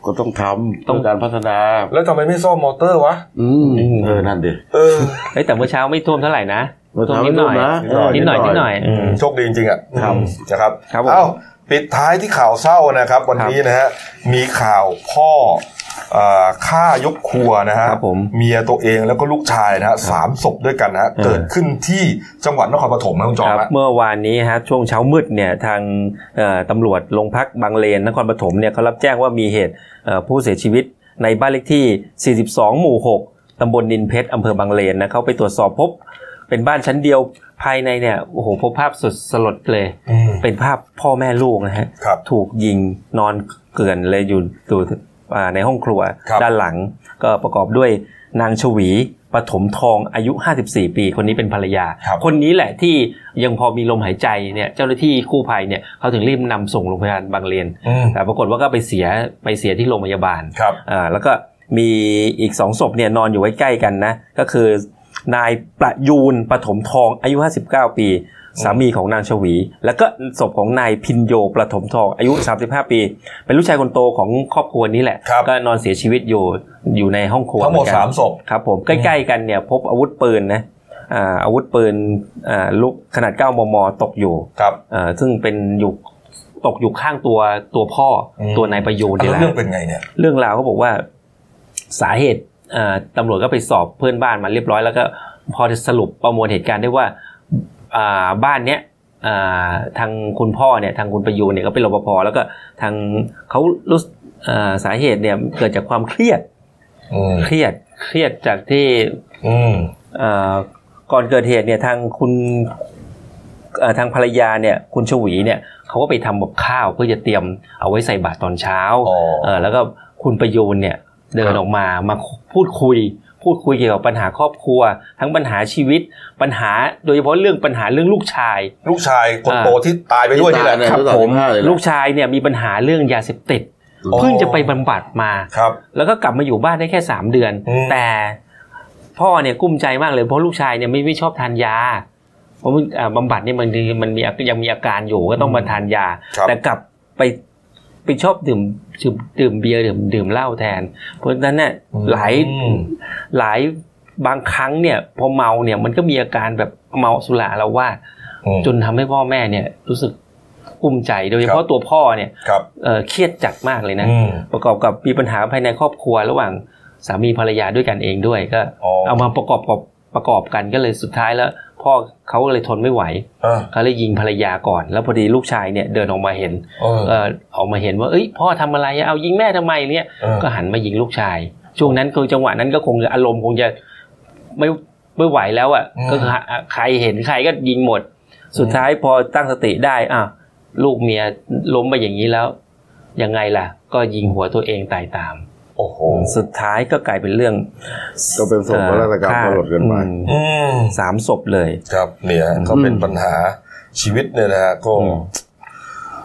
C: ก็ต้องทำ
B: ต้
C: ต้
B: อ
C: อง งการพัฒนา
A: แล้วทำไมไม่ซ่อมมอเตอร์วะ
C: อืมเออ นั่นดิ
A: เออ
B: เฮ้ยแต่เมื่อเช้าไม่ท่วมเท่าไหร่นะ
C: เมื่อ
B: ท่วม
C: เช้า
B: นิดหน่อย
C: นะเ
B: นิดหน่อยนิดหน่อย
A: อืมโชคดีจริงๆอ่ะ
C: ครับ
A: อืมนะครับ
B: ครับผม
A: เอ้าปิดท้ายที่ข่าวเศร้านะครับ วัน
B: ครับ
A: นี้นะฮะมีข่าวพ่อเอ่อฆ่ายกครัวนะฮะ
B: ครับผม
A: เมียตัวเองแล้วก็ลูกชายนะฮะสามศพด้วยกันนะฮะ
B: เออ
A: เกิดขึ้นที่จังหวัดนครปฐมนะคุณจอ
B: ค
A: ม
B: รับ
A: นะ
B: เมื่อวานนี้ฮะช่วงเช้ามืดเนี่ยทางเอ่อตำรวจโรงพักบางเลนนครปฐมเนี่ยเขารับแจ้งว่ามีเหตุเอ่อผู้เสียชีวิตในบ้านเลขที่ 42 หมู่ 6 ตำบลนินเพชรอำเภอบางเลนนะเขาไปตรวจสอบพบ เป็นบ้านชั้นเดียวภายในเนี่ยโอ้โหพบภาพสุดสลดเลย
A: อืม
B: เป็นภาพพ่อแม่ลูกนะฮะ
A: ครับ
B: ถูกยิงนอนเกลื่อนเลยอยู่อยู่อ่าในห้องครัว
A: ครับ
B: ด้านหลังก็ประกอบด้วยนางชวีปฐมทองอายุ 54 ปี คนนี้เป็นภรรยา
A: ครับ
B: คนนี้แหละที่ยังพอมีลมหายใจเนี่ยเจ้าหน้าที่กู้ภัยเนี่ยเขาถึงรีบนำส่งโรงพยาบาลบางเลน
A: อืม
B: แต่ปรากฏว่าก็ไปเสียไปเสียที่โรงพยาบาล
A: ครับ
B: อ่าแล้วก็มีอีกสองศพเนี่ยนอนอยู่ไว้ใกล้กันนะก็คือนายประยูนปฐมทองอายุ 59 ปี สามีของนางชวี แล้วก็ศพของนายพินโยประถมทองอายุ 35 ปี เป็นลูกชายคนโตของครอบครัวนี้แหละ
A: ครับ
B: ก็นอนเสียชีวิตอยู่อยู่ในห้องครัว
A: ทั้งหมด
B: เอนกัน
A: สามศพ
B: ครับผมใกล้ๆกันเนี่ยพบอาวุธปืนนะอ่าอาวุธปืนอ่าลูกขนาด 9 มม ตกอยู่
A: ครับ
B: อ่าซึ่งเป็นอยู่ตกอยู่ข้างตัวตัวพ่ออ
A: ม
B: ตัวนายประยูนนี่
A: แล้ว
B: แหละ
A: เรื่องเป็นไงเนี่ย
B: เรื่องราวเขาบอกว่าสาเหตุเอ่อตำรวจก็ไปสอบเพื่อนบ้านมาเรียบร้อยแล้วก็พอจะสรุปประมวลเหตุการณ์ได้ว่าอ่าบ้านเนี้ยอ่าทางคุณพ่อเนี่ยทางคุณประยูนเนี่ยก็เป็นรปภแล้วก็ทางเขารู้สึกอ่าสาเหตุเนี่ยเกิดจากความเครียด
A: อืม
B: เครียดเครียดจากที่
A: อืม
B: เอ่อก่อนเกิดเหตุเนี่ยทางคุณเอ่อทางภรรยาเนี่ยคุณชวีเนี่ยเขาก็ไปทำกับข้าวเพื่อจะเตรียมเอาไว้ใส่บาตรตอนเช้า
A: อ๋อ
B: เอ่อแล้วก็คุณประยูนเนี่ยเดินออกมามาพูดคุย พูดคุยเกี่ยวกับปัญหาครอบครัว ทั้งปัญหาชีวิตปัญหาโดยเฉพาะเรื่องปัญหาเรื่องลูกชาย
A: ลูกชายคนโตที่ตายไปด้วยนี่แหละ
C: ที่ตายเนี่ย
B: ครับผม
C: ลูกชายเหรอ
B: ลูกชายเนี่ยมีปัญหาเรื่องยาเสพติด
A: อ๋อ
B: เพิ่งจะไปบำบัดมา
A: ครับ
B: แล้วก็กลับมาอยู่บ้านได้แค่ 3 เดือน
A: อืม
B: แต่พ่อเนี่ยกุ้มใจมากเลยเพราะลูกชายเนี่ยไม่ไม่ชอบทานยาเพราะมันอ่าบำบัดเนี่ยมันมันมียังมีอาการอยู่ก็ต้องมาทานยา
A: ครับ
B: แต่กลับไปไปชอบดื่มดื่มดื่มเบียร์ดื่มดื่มเหล้าแทน เพราะฉะนั้นเนี่ย
A: อืม
B: หลายหลายบางครั้งเนี่ยพอเมาเนี่ยมันก็มีอาการแบบเมาสุราแล้วว่าส
A: อืม
B: จนทำให้พ่อแม่เนี่ยรู้สึกกุ้มใจโดยเฉ
A: ครั
B: พาะ
A: บ
B: ตัวพ่อเนี่ย
A: ครับ
B: เอ่อเครียดจัดมากเลยนะ
A: อืม
B: ประกอบกับมีปัญหาภายในครอบครัวระหว่างสามีภรรยาด้วยกันเองด้วยก็
A: อ๋อ
B: เอามาประกอบกับประกอบกันก็เลยสุดท้ายแล้ว พ่อเขาก็เลยทนไม่ไหว
A: เออ
B: เขาเลยยิงภรรยาก่อน แล้วพอดีลูกชายเนี่ยเดินออกมาเห็น
A: เออ
B: เออออกมาเห็นว่าเอ้ยพ่อทำอะไรอะเอายิงแม่ทำไมเนี่ย
A: เออ
B: ก็หันมายิงลูกชาย ช่วงนั้นคือจังหวะนั้นก็คงจะอารมณ์คงจะไม่ไม่ไหวแล้วอ่ะ
A: อืม
B: ก็คือหาใครเห็นใครก็ยิงหมด สุดท้ายพอตั้งสติได้อ่ะลูกเมียล้มไปอย่างนี้แล้วยังไงล่ะ ก็ยิงหัวตัวเองตายตาม
A: โอ้โห
B: สุดท้ายก็กลายเป็นเรื่อง
C: ก็เป็นโศกนาฏกรรม
B: อ่า
C: สลดเกินไป
B: อืม
A: อืม
B: สามศพเลย
A: ครับเนี่ยก็เป็นปัญหาชีวิตเนี่ยนะฮะก็
B: อืม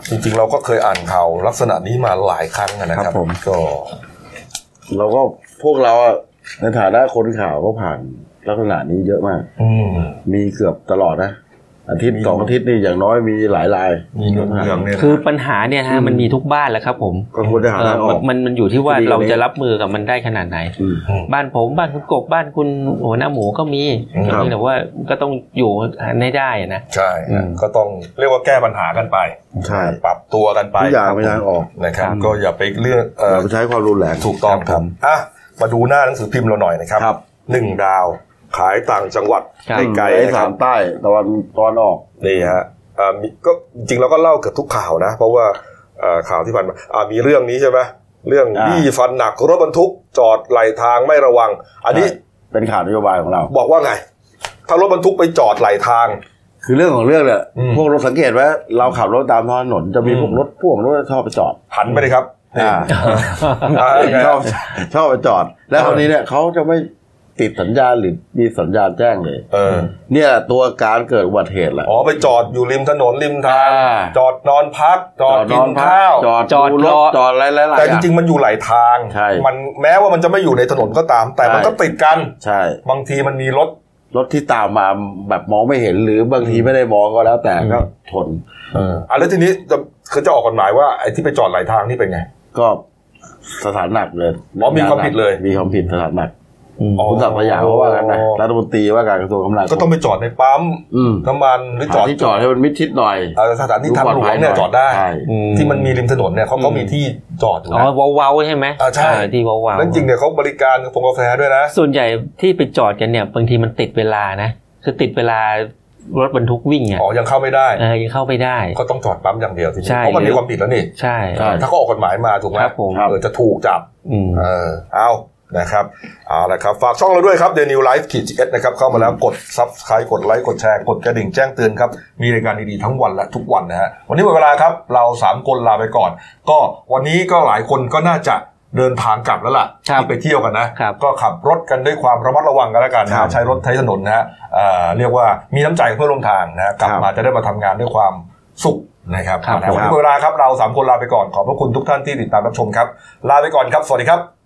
A: จริงๆ เราก็เคยอ่านข่าวลักษณะนี้มาหลายครั้งนะค
B: ครั
A: รับบ
B: ผม
A: ก็
C: เราก็พวกเราอะในฐานะคนข่าวก็ผ่านลักษณะนี้เยอะมาก
A: อืม
C: มีเกือบตลอดนะ อาทิตย์สองอาทิตย์นี่อย่างน้อยมีหลายราย
A: มีเรื่องเรื่องเนี่ยนะ
B: คือปัญหาเนี่ยฮะมันมีทุกบ้านแหละครับผม
C: ก็ควรจะหา
B: เอ่อ
C: ทางออก
B: มันมันอยู่ที่ว่า
C: ดีกว่า
B: เราจะรับมือกับมันได้ขนาดไหน
C: อืม
B: บ้านผมบ้านคุณกบบ้านคุณหัวหน้าหมูก็มี
C: ครับ
B: แต่ว่าก็ต้องอยู่ให้ได้นะ
A: ใช่
C: อืม
A: ก็ต้องเรียกว่าแก้ปัญหากันไป
C: ใช่
A: ปรับตัวกันไป
C: ทุกอย่าง
A: ครับ
C: ไม่ทางออก
A: นะครับ ก็อย่าไปเลือกเอ่อย่
C: อาไปใช้ความรุนแรง
A: ถูกต้องค
C: ค
A: รั
C: รั
A: บบ อ่ะมาดูหน้าหนังสือพิมพ์เราหน่อยนะครับ
C: ครับ
A: หนึ่งดาวขายต่างจังหวัด
B: ครับ
A: ให้ไกล
C: ไอ้
A: นะค
C: สา
A: รับ
C: มใต้ตะวันตอนออก
A: นี่ฮะอ่ามีก็จริงๆเราก็เล่าเกือบทุกข่าวนะ เพราะว่าอ่าข่าวที่ผ่านมาอ่ามีเรื่องนี้ใช่ไหมเรื่อง
C: อ่า
A: บี้ฟันหนักรถบรรทุกจอดไหลทางไม่ระวัง อันนี้
C: ใช่เป็นข่าวนโยบายของเรา
A: บอกว่าไง ถ้ารถบรรทุกไปจอดไหลทาง
C: คือเรื่องของเรื่องเนี่ย
A: อืม
C: พวกรถสังเกตไว้เราขับรถตามท้องถนนจะมี
A: อืม
C: พวกรถพ่วงรถชอบไปจอด
A: หันไปเลยครับนี่
C: อ่า
A: อ่าไง
C: ชอบชอบไปจอด แล้ว
A: เออ
C: คราวนี้เนี่ยเขาจะไม่ติดสัญญาณหรือมีสัญญาณแจ้งเลย
A: เออ
C: เนี่ยตัวการเกิดอุบัติเหตุแหละ
A: อ๋อไปจอดอยู่ริมถนนริมทาง
B: อ่า
A: จอดนอนพัก จอดกินข้าว
C: จอด
B: จอด
C: ดู
B: ร
C: ร
B: อ
C: ถจอดอะไรหลายๆ
A: แต่
C: อ
A: จ
C: ย่าง
A: ริงๆมันอยู่ไหลทาง
C: ใช่
A: มันแม้ว่ามันจะไม่อยู่ในถนนก็ตาม แต่มัน
C: ใช่
A: ก็ติดกัน
C: ใช่
A: บางทีมันมีรถ
C: รถที่ตามมาแบบมองไม่เห็นหรือบางทีไม่ได้มองก็แล้วแต่
A: อืม
C: ก็ชน
A: อ่ะแล้วทีนี้จะเขาจะออกกฎหมายว่าไอ้ที่ไปจอดไหลทางนี่เป็นไง
C: ก็สถานหนักเลย
A: อ๋อมีความผิดเลย
C: มีความผิดสถานหนัก
A: อ๋อ
C: คุณศักดิ์พยาเขาว่ากันนะรัฐมนตรีว่าการกระทรวงคมนาคม
A: ก็ต้องไปจอดในปั๊ม
C: อืม
A: น้ำมันหรือจ
C: จ
A: อ
C: อ
A: ด
C: ดที่จอดให้มันมิดชิดหน่อย
A: เอ่อสถานที่ทางหลวงเนี่ยจอดได้
C: ใช่
B: อื
A: ที่มันมีริมถนนเนี่ยเขาเขามีที่จอดอยู่
B: อ๋อ
A: นะ
B: เว้าวาๆใช่ไหม
A: อ่าใช่
B: เที่เว้าวาๆ
A: แล้วจริงเนี่ยเขาบริการกาแฟด้วยนะ
B: ส่วนใหญ่ที่ไปจอดกันเนี่ย บางทีมันติดเวลานะ คือติดเวลารถบรรทุกวิ่งอ่ะ
A: อ๋อยังเข้าไม่ได้
B: เออยังเข้าไปได้
A: ก็ต้องจอดปั๊มอย่างเดียวทีนี้
B: ใช่
A: เพราะมันมีความผิดแล้วนี่
B: ใช่
C: ใช่
A: ถ้าเขาออกกฎหมายมาถูกไหม
B: ครับผม
A: เออจะถูกจับ
B: อืม
A: เออเอานะครับเอาละครับ ฝากช่องเราด้วยครับเดนิวไลฟ์ขีดจีเอสนะครับ เข้ามาแล้วกดซับสไครต์กดไลค์กดแชร์ กดกระดิ่งแจ้งเตือนครับ มีรายการดีๆทั้งวันและทุกวันนะฮะ วันนี้หมดเวลาครับ เรา 3 คนลาไปก่อน ก็วันนี้ก็หลายคนก็น่าจะเดินทางกลับแล้วล่ะ
B: ครับ
A: ที่ไปเที่ยวกันนะ
B: ครับ
A: ก็ขับรถกันด้วยความระมัดระวังกันแล้วกันนะ
C: ครั
A: ฮะ
C: บ
A: ใช้รถใช้ถนนนะฮะเอ่อเรียกว่ามีน้ำใจกับเพื่อนร่วมทางนะฮะกลับ
C: ครับ
A: มาจะได้มาทำงานด้วยความสุขนะครับ
B: ครับ
A: นะฮะวันนี้หมดเวลาครับเราสามคนลาไปก่อนขอบพระคุณทุกท่านที่ติดตามรับชมครับลาไปก่อนครับสวัสดีครับ